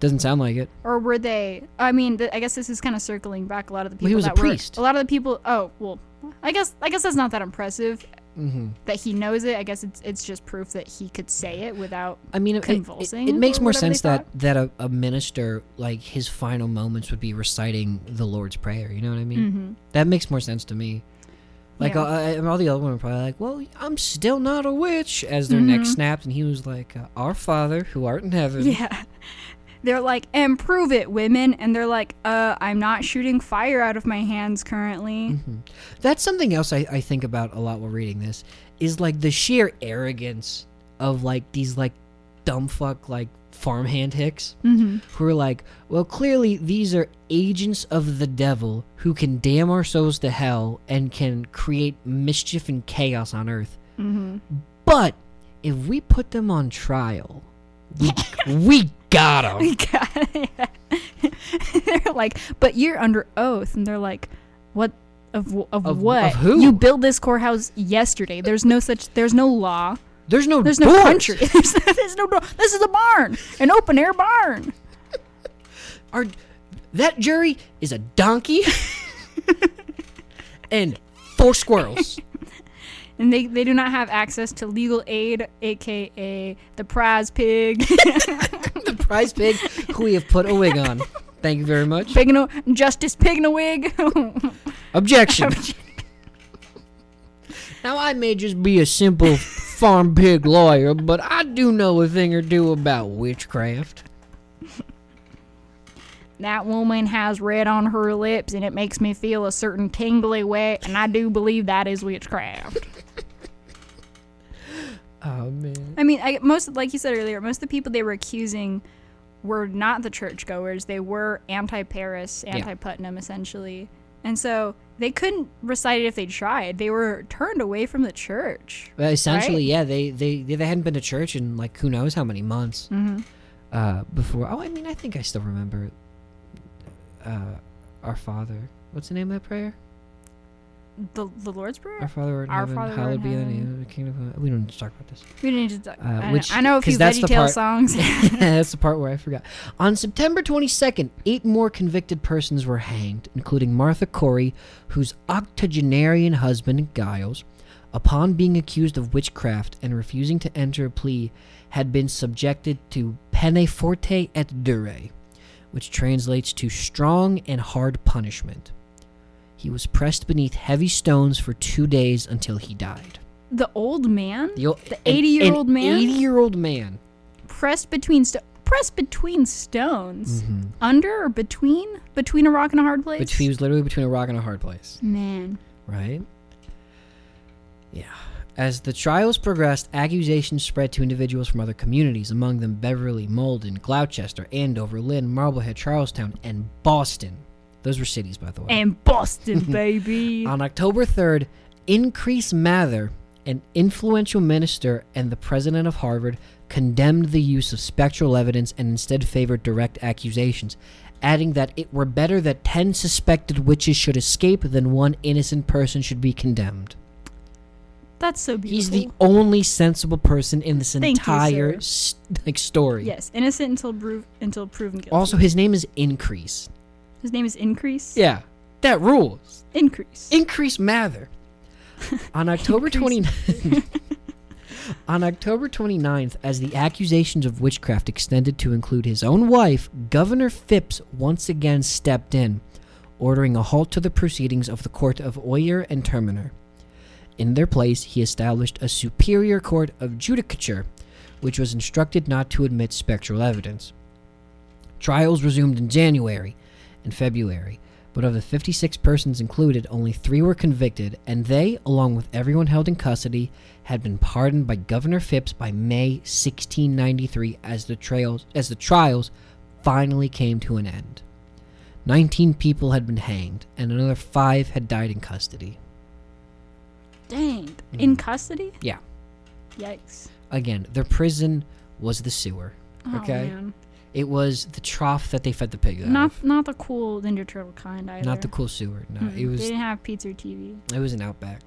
[SPEAKER 2] Doesn't sound like it.
[SPEAKER 3] Or were they? I mean, th- I guess this is kind of circling back. A lot of the
[SPEAKER 2] Well,
[SPEAKER 3] people
[SPEAKER 2] he was a
[SPEAKER 3] that were-
[SPEAKER 2] priest.
[SPEAKER 3] a lot of the people. Oh well, I guess I guess that's not that impressive
[SPEAKER 2] hmm
[SPEAKER 3] that he knows it. I guess it's it's just proof that he could say it without.
[SPEAKER 2] I mean, it, it- it,
[SPEAKER 3] Convulsing
[SPEAKER 2] it makes
[SPEAKER 3] or
[SPEAKER 2] more
[SPEAKER 3] whatever they
[SPEAKER 2] sense that that a, a minister like his final moments would be reciting the Lord's Prayer. You know what I mean?
[SPEAKER 3] Mhm.
[SPEAKER 2] That makes more sense to me. Like
[SPEAKER 3] Yeah.
[SPEAKER 2] uh, I- all the other women are probably like, "Well, I'm still not a witch," as their neck snapped, and he was like, uh, "Our Father who art in heaven."
[SPEAKER 3] Mm-hmm. Yeah. They're like, and prove it, women. And they're like, uh, I'm not shooting fire out of my hands currently.
[SPEAKER 2] That's something else I, I think about a lot while reading this is like the sheer arrogance of like these like dumb fuck like farmhand hicks
[SPEAKER 3] Mm-hmm.
[SPEAKER 2] who are like, well, clearly these are agents of the devil who can damn our souls to hell and can create mischief and chaos on earth.
[SPEAKER 3] Mm-hmm.
[SPEAKER 2] But if we put them on trial, we, we got them. Mm-hmm.
[SPEAKER 3] they're like, but you're under oath. And they're like, what? Of, w- of,
[SPEAKER 2] Of-
[SPEAKER 3] what?
[SPEAKER 2] of who?
[SPEAKER 3] You built this courthouse yesterday. There's no such. There's no law.
[SPEAKER 2] There's no
[SPEAKER 3] There's no
[SPEAKER 2] doors.
[SPEAKER 3] country. There's, there's no. door. This is a barn. An open air barn.
[SPEAKER 2] Our, that jury is a donkey and four squirrels.
[SPEAKER 3] And they, they do not have access to legal aid, aka the prize pig.
[SPEAKER 2] the prize pig who we have put a wig on. Thank you very much.
[SPEAKER 3] pig in a, Justice Pig in a wig.
[SPEAKER 2] Objection. now, I may just be a simple farm pig lawyer, but I do know a thing or two about witchcraft.
[SPEAKER 3] That woman has red on her lips and it makes me feel a certain tingly way, and I do believe that is witchcraft.
[SPEAKER 2] Oh, man.
[SPEAKER 3] I mean, I, most like you said earlier, most of the people they were accusing were not the churchgoers. They were anti-Paris, anti-Putnam, essentially, and so they couldn't recite it if they tried. They were turned away from the church.
[SPEAKER 2] Well, essentially, yeah, they, they, they hadn't been to church in like who knows how many months uh, before. Oh, I mean, I think I still remember uh, our Father. What's the name of that prayer?
[SPEAKER 3] The, the Lord's
[SPEAKER 2] Our
[SPEAKER 3] Prayer.
[SPEAKER 2] Father art in
[SPEAKER 3] Our
[SPEAKER 2] heaven,
[SPEAKER 3] Father art in
[SPEAKER 2] hallowed be thy
[SPEAKER 3] heaven.
[SPEAKER 2] name, the kingdom of God. We don't need to talk about this.
[SPEAKER 3] We didn't. Need to, I, know-
[SPEAKER 2] uh, which-
[SPEAKER 3] I know a
[SPEAKER 2] 'cause
[SPEAKER 3] few
[SPEAKER 2] that's the
[SPEAKER 3] VeggieTales
[SPEAKER 2] part-
[SPEAKER 3] songs.
[SPEAKER 2] That's the part where I forgot. On September 22nd, eight more convicted persons were hanged, including Martha Corey, whose octogenarian husband, Giles, upon being accused of witchcraft and refusing to enter a plea, had been subjected to pene forte et dure, which translates to strong and hard punishment. He was pressed beneath heavy stones for two days until he died.
[SPEAKER 3] the old man.
[SPEAKER 2] The, o-
[SPEAKER 3] The
[SPEAKER 2] an-
[SPEAKER 3] 80-year-old
[SPEAKER 2] an
[SPEAKER 3] man?
[SPEAKER 2] 80-year-old man.
[SPEAKER 3] pressed between sto- pressed between stones under or between between a rock and a hard place
[SPEAKER 2] Mm-hmm. Between, he was literally between a rock and a hard place.
[SPEAKER 3] man
[SPEAKER 2] right? Yeah. As the trials progressed, accusations spread to individuals from other communities, among them Beverly, Malden, Gloucester, Andover, Lynn, Marblehead, Charlestown, and Boston. Those were cities, by the way.
[SPEAKER 3] and boston baby
[SPEAKER 2] On October 3rd, Increase Mather, an influential minister and the president of Harvard, condemned the use of spectral evidence and instead favored direct accusations, adding that it were better that 10 suspected witches should escape than one innocent person should be condemned.
[SPEAKER 3] that's so beautiful
[SPEAKER 2] He's the only sensible person in this
[SPEAKER 3] Thank you,
[SPEAKER 2] entire s
[SPEAKER 3] sir.
[SPEAKER 2] like story.
[SPEAKER 3] yes innocent until prov- until proven guilty
[SPEAKER 2] Also, his name is Increase.
[SPEAKER 3] his name is increase
[SPEAKER 2] Yeah, that rules.
[SPEAKER 3] increase
[SPEAKER 2] Increase Mather. On October 29th, on October 29th, as the accusations of witchcraft extended to include his own wife, Governor Phipps once again stepped in, ordering a halt to the proceedings of the court of Oyer and Terminer. In their place, he established a superior court of judicature, which was instructed not to admit spectral evidence. Trials resumed in January and February, but of the 56 persons included, only three were convicted, and they, along with everyone held in custody, had been pardoned by Governor Phipps by May 1693 as the, trails, as the trials finally came to an end. 19 people had been hanged, and another five had died in custody.
[SPEAKER 3] Dang.
[SPEAKER 2] Mm-hmm.
[SPEAKER 3] In custody?
[SPEAKER 2] Yeah.
[SPEAKER 3] Yikes.
[SPEAKER 2] Again, their prison was the sewer.
[SPEAKER 3] Oh,
[SPEAKER 2] Okay.
[SPEAKER 3] man.
[SPEAKER 2] It was the trough that they fed the pig out
[SPEAKER 3] Not
[SPEAKER 2] of.
[SPEAKER 3] not the cool Ninja Turtle kind either.
[SPEAKER 2] Not the cool sewer. No,
[SPEAKER 3] Mm,
[SPEAKER 2] it was
[SPEAKER 3] They didn't have pizza or TV.
[SPEAKER 2] it was an outback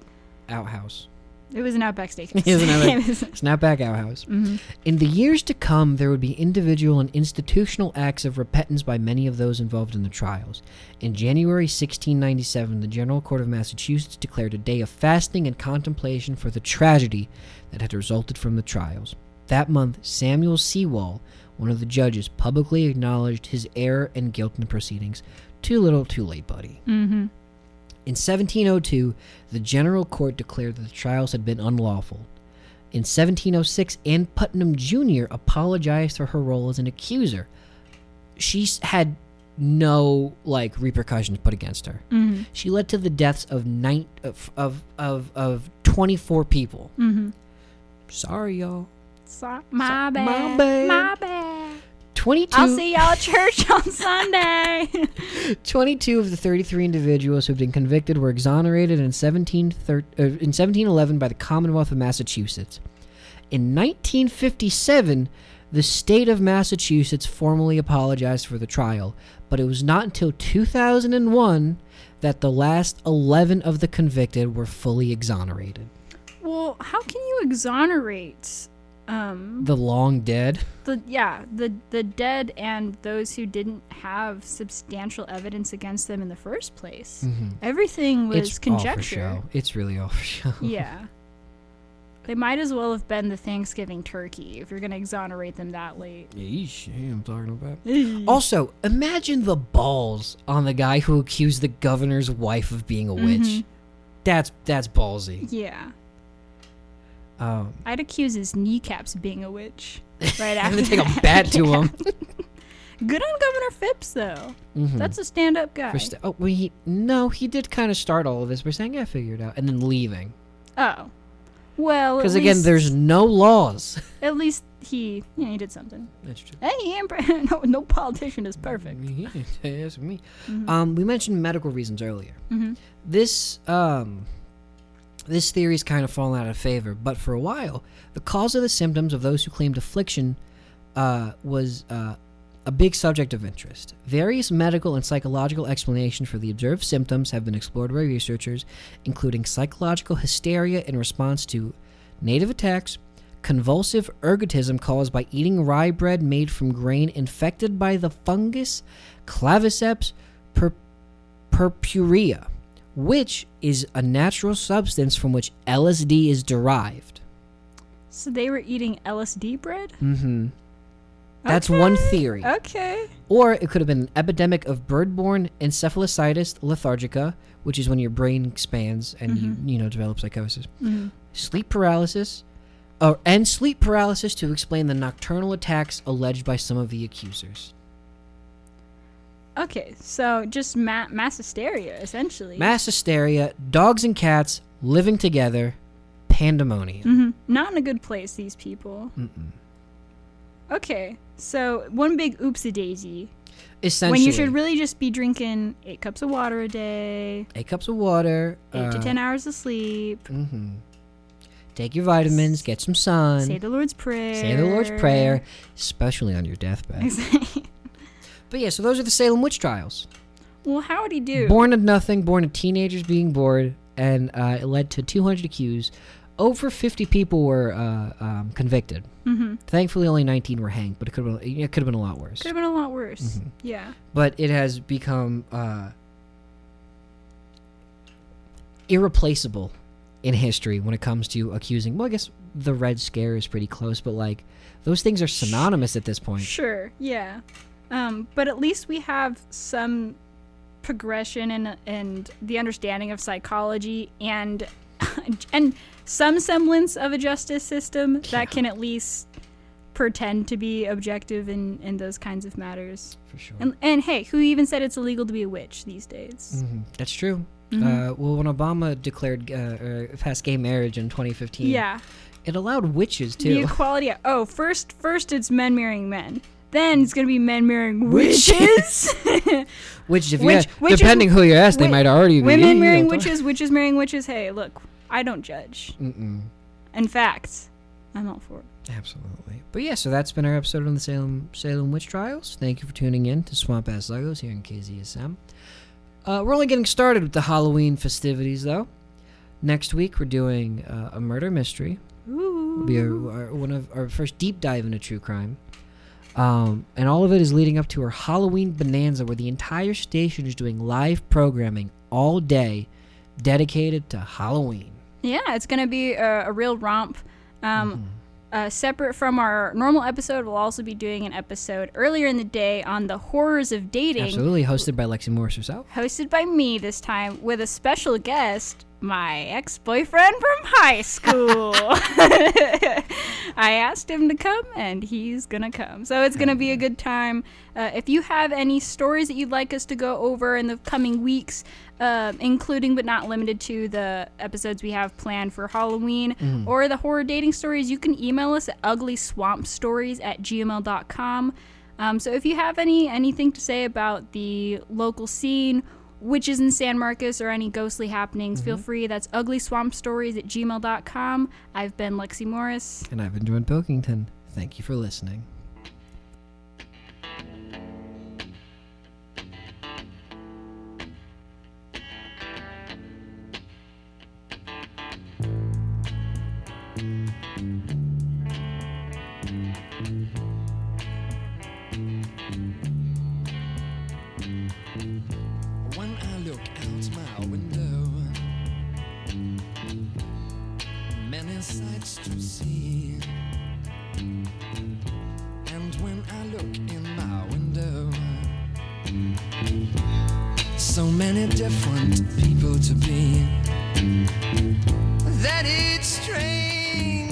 [SPEAKER 2] outhouse.
[SPEAKER 3] It was an Outback Steakhouse.
[SPEAKER 2] It was an outback-
[SPEAKER 3] was-
[SPEAKER 2] It's an outback outhouse.
[SPEAKER 3] Mhm.
[SPEAKER 2] In the years to come, there would be individual and institutional acts of repentance by many of those involved in the trials. In January 1697, the General Court of Massachusetts declared a day of fasting and contemplation for the tragedy that had resulted from the trials. That month, Samuel Sewall, one of the judges, publicly acknowledged his error and guilt in the proceedings. Too little, too late, buddy.
[SPEAKER 3] Mhm.
[SPEAKER 2] In 1702, the General Court declared that the trials had been unlawful. In 1706, Anne Putnam Jr. apologized for her role as an accuser. She s- had no like repercussions put against her.
[SPEAKER 3] Mhm.
[SPEAKER 2] She led to the deaths of nine of of of, of 24 people.
[SPEAKER 3] Mhm.
[SPEAKER 2] Sorry, y'all.
[SPEAKER 3] So, my,
[SPEAKER 2] So- my
[SPEAKER 3] bad.
[SPEAKER 2] bad.
[SPEAKER 3] My bad.
[SPEAKER 2] 22.
[SPEAKER 3] I'll see y'all at church on Sunday.
[SPEAKER 2] 22 of the 33 individuals who have been convicted were exonerated in, 17 thir- uh, in 1711 by the Commonwealth of Massachusetts. In 1957, the state of Massachusetts formally apologized for the trial, but it was not until 2001 that the last 11 of the convicted were fully exonerated.
[SPEAKER 3] well, how can you exonerate um
[SPEAKER 2] The long dead.
[SPEAKER 3] the yeah the the dead and those who didn't have substantial evidence against them in the first place everything was
[SPEAKER 2] Mm-hmm. it's all for
[SPEAKER 3] conjecture
[SPEAKER 2] show. It's really all for show.
[SPEAKER 3] yeah they might as well have been the thanksgiving turkey if you're gonna exonerate them that late
[SPEAKER 2] Yeesh, hey, I'm talking about. Also, imagine the balls on the guy who accused the governor's wife of being a witch. That's that's ballsy.
[SPEAKER 3] yeah
[SPEAKER 2] Um,
[SPEAKER 3] i'd accuse his kneecaps of being a witch right
[SPEAKER 2] I'm
[SPEAKER 3] after
[SPEAKER 2] gonna take a
[SPEAKER 3] that.
[SPEAKER 2] bat to him.
[SPEAKER 3] good on governor phipps though
[SPEAKER 2] Mhm.
[SPEAKER 3] that's a stand-up guy
[SPEAKER 2] For st- oh, well, he, no, he did kind of start all of this by saying, "Yeah, I figured it out," and then leaving.
[SPEAKER 3] oh well at
[SPEAKER 2] Because again,
[SPEAKER 3] least-
[SPEAKER 2] there's no laws.
[SPEAKER 3] at least he yeah he did something
[SPEAKER 2] that's true.
[SPEAKER 3] hey he impre- no, no politician is perfect
[SPEAKER 2] Yes, me. Um, we mentioned medical reasons earlier.
[SPEAKER 3] Mhm.
[SPEAKER 2] This um, this theory's kind of fallen out of favor, but for a while, the cause of the symptoms of those who claimed affliction uh, was uh, a big subject of interest. Various medical and psychological explanations for the observed symptoms have been explored by researchers, including psychological hysteria in response to native attacks, convulsive ergotism caused by eating rye bread made from grain infected by the fungus Claviceps per- purpurea, which is a natural substance from which LSD is derived.
[SPEAKER 3] So they were eating LSD bread?
[SPEAKER 2] Mm-hmm. That's one theory.
[SPEAKER 3] Okay.
[SPEAKER 2] Or it could have been an epidemic of birdborne encephalitis lethargica, which is when your brain expands and
[SPEAKER 3] Mm-hmm.
[SPEAKER 2] you you know develop psychosis. Sleep paralysis, or and sleep paralysis to explain the nocturnal attacks alleged by some of the accusers.
[SPEAKER 3] Okay, so just ma- mass hysteria, essentially.
[SPEAKER 2] Mass hysteria, dogs and cats living together, pandemonium.
[SPEAKER 3] hmm Not in a good place, these people. Okay, so one big oopsie daisy.
[SPEAKER 2] Essentially,
[SPEAKER 3] When you should really just be drinking eight cups of water a day,
[SPEAKER 2] eight cups of water,
[SPEAKER 3] eight to ten hours of sleep,
[SPEAKER 2] Mm-hmm. Take your vitamins, get some sun,
[SPEAKER 3] say the Lord's Prayer.
[SPEAKER 2] say the Lord's prayer, especially on your deathbed. But yeah, so those are the Salem witch trials.
[SPEAKER 3] well, how'd he do?
[SPEAKER 2] Born of nothing, born of teenagers being bored, and uh, it led to 200 accused. Over 50 people were uh, um, convicted.
[SPEAKER 3] mm-hmm.
[SPEAKER 2] Thankfully, only 19 were hanged, but it could have been, it could have been a lot worse.
[SPEAKER 3] Could have been a lot worse.
[SPEAKER 2] Mm-hmm.
[SPEAKER 3] Yeah.
[SPEAKER 2] But it has become uh, irreplaceable in history when it comes to accusing. Well, I guess the Red Scare is pretty close, but like those things are synonymous at this point.
[SPEAKER 3] Sure, yeah. Um, but at least we have some progression and and the understanding of psychology and and some semblance of a justice system that can at least pretend to be objective in in those kinds of matters.
[SPEAKER 2] for sure.
[SPEAKER 3] And and hey, who even said it's illegal to be a witch these days?
[SPEAKER 2] Mhm, That's true.
[SPEAKER 3] Mm-hmm.
[SPEAKER 2] Uh, well, when Obama declared uh, uh, passed gay marriage in 2015,
[SPEAKER 3] Yeah.
[SPEAKER 2] it allowed witches
[SPEAKER 3] The
[SPEAKER 2] too.
[SPEAKER 3] equality. Oh, first first it's men marrying men. Then it's gonna be men marrying witches.
[SPEAKER 2] Which, if
[SPEAKER 3] Which-
[SPEAKER 2] you,
[SPEAKER 3] which-
[SPEAKER 2] depending who you ask, they
[SPEAKER 3] wi-
[SPEAKER 2] might already be
[SPEAKER 3] Women
[SPEAKER 2] you
[SPEAKER 3] marrying
[SPEAKER 2] know,
[SPEAKER 3] witches, witches marrying witches. Hey, look, I don't judge.
[SPEAKER 2] Mm-mm,
[SPEAKER 3] In fact, I'm all for it.
[SPEAKER 2] absolutely. But yeah, so that's been our episode on the Salem Salem witch trials. Thank you for tuning in to Swamp Ass Legos here in KZSM. Uh, we're only getting started with the Halloween festivities, though. Next week we're doing uh, a murder mystery.
[SPEAKER 3] Ooh.
[SPEAKER 2] will be our, our, one of our first deep dive into true crime. Um, and all of it is leading up to our Halloween bonanza, where the entire station is doing live programming all day, dedicated to Halloween.
[SPEAKER 3] Yeah, it's going to be a, a real romp. Um,
[SPEAKER 2] Mm-hmm.
[SPEAKER 3] uh, separate from our normal episode, we'll also be doing an episode earlier in the day on the horrors of dating,
[SPEAKER 2] Absolutely hosted by Lexi Morris herself.
[SPEAKER 3] hosted by me this time with a special guest, my ex boyfriend from high school. I asked him to come, and he's going to come. So it's going to be a good time. Uh, if you have any stories that you'd like us to go over in the coming weeks, uh, including but not limited to the episodes we have planned for Halloween or the horror dating stories, you can email us at uglyswampstories at gmail.com. Um, so if you have any anything to say about the local scene, witches in San Marcos, or any ghostly happenings, feel free. That's uglyswampstories at gmail.com. I've been Lexi Morris.
[SPEAKER 2] And I've been Jordan Pilkington. Thank you for listening.
[SPEAKER 6] When I look out my window, many sights to see. And when I look in my window, so many different people to be. That it's strange.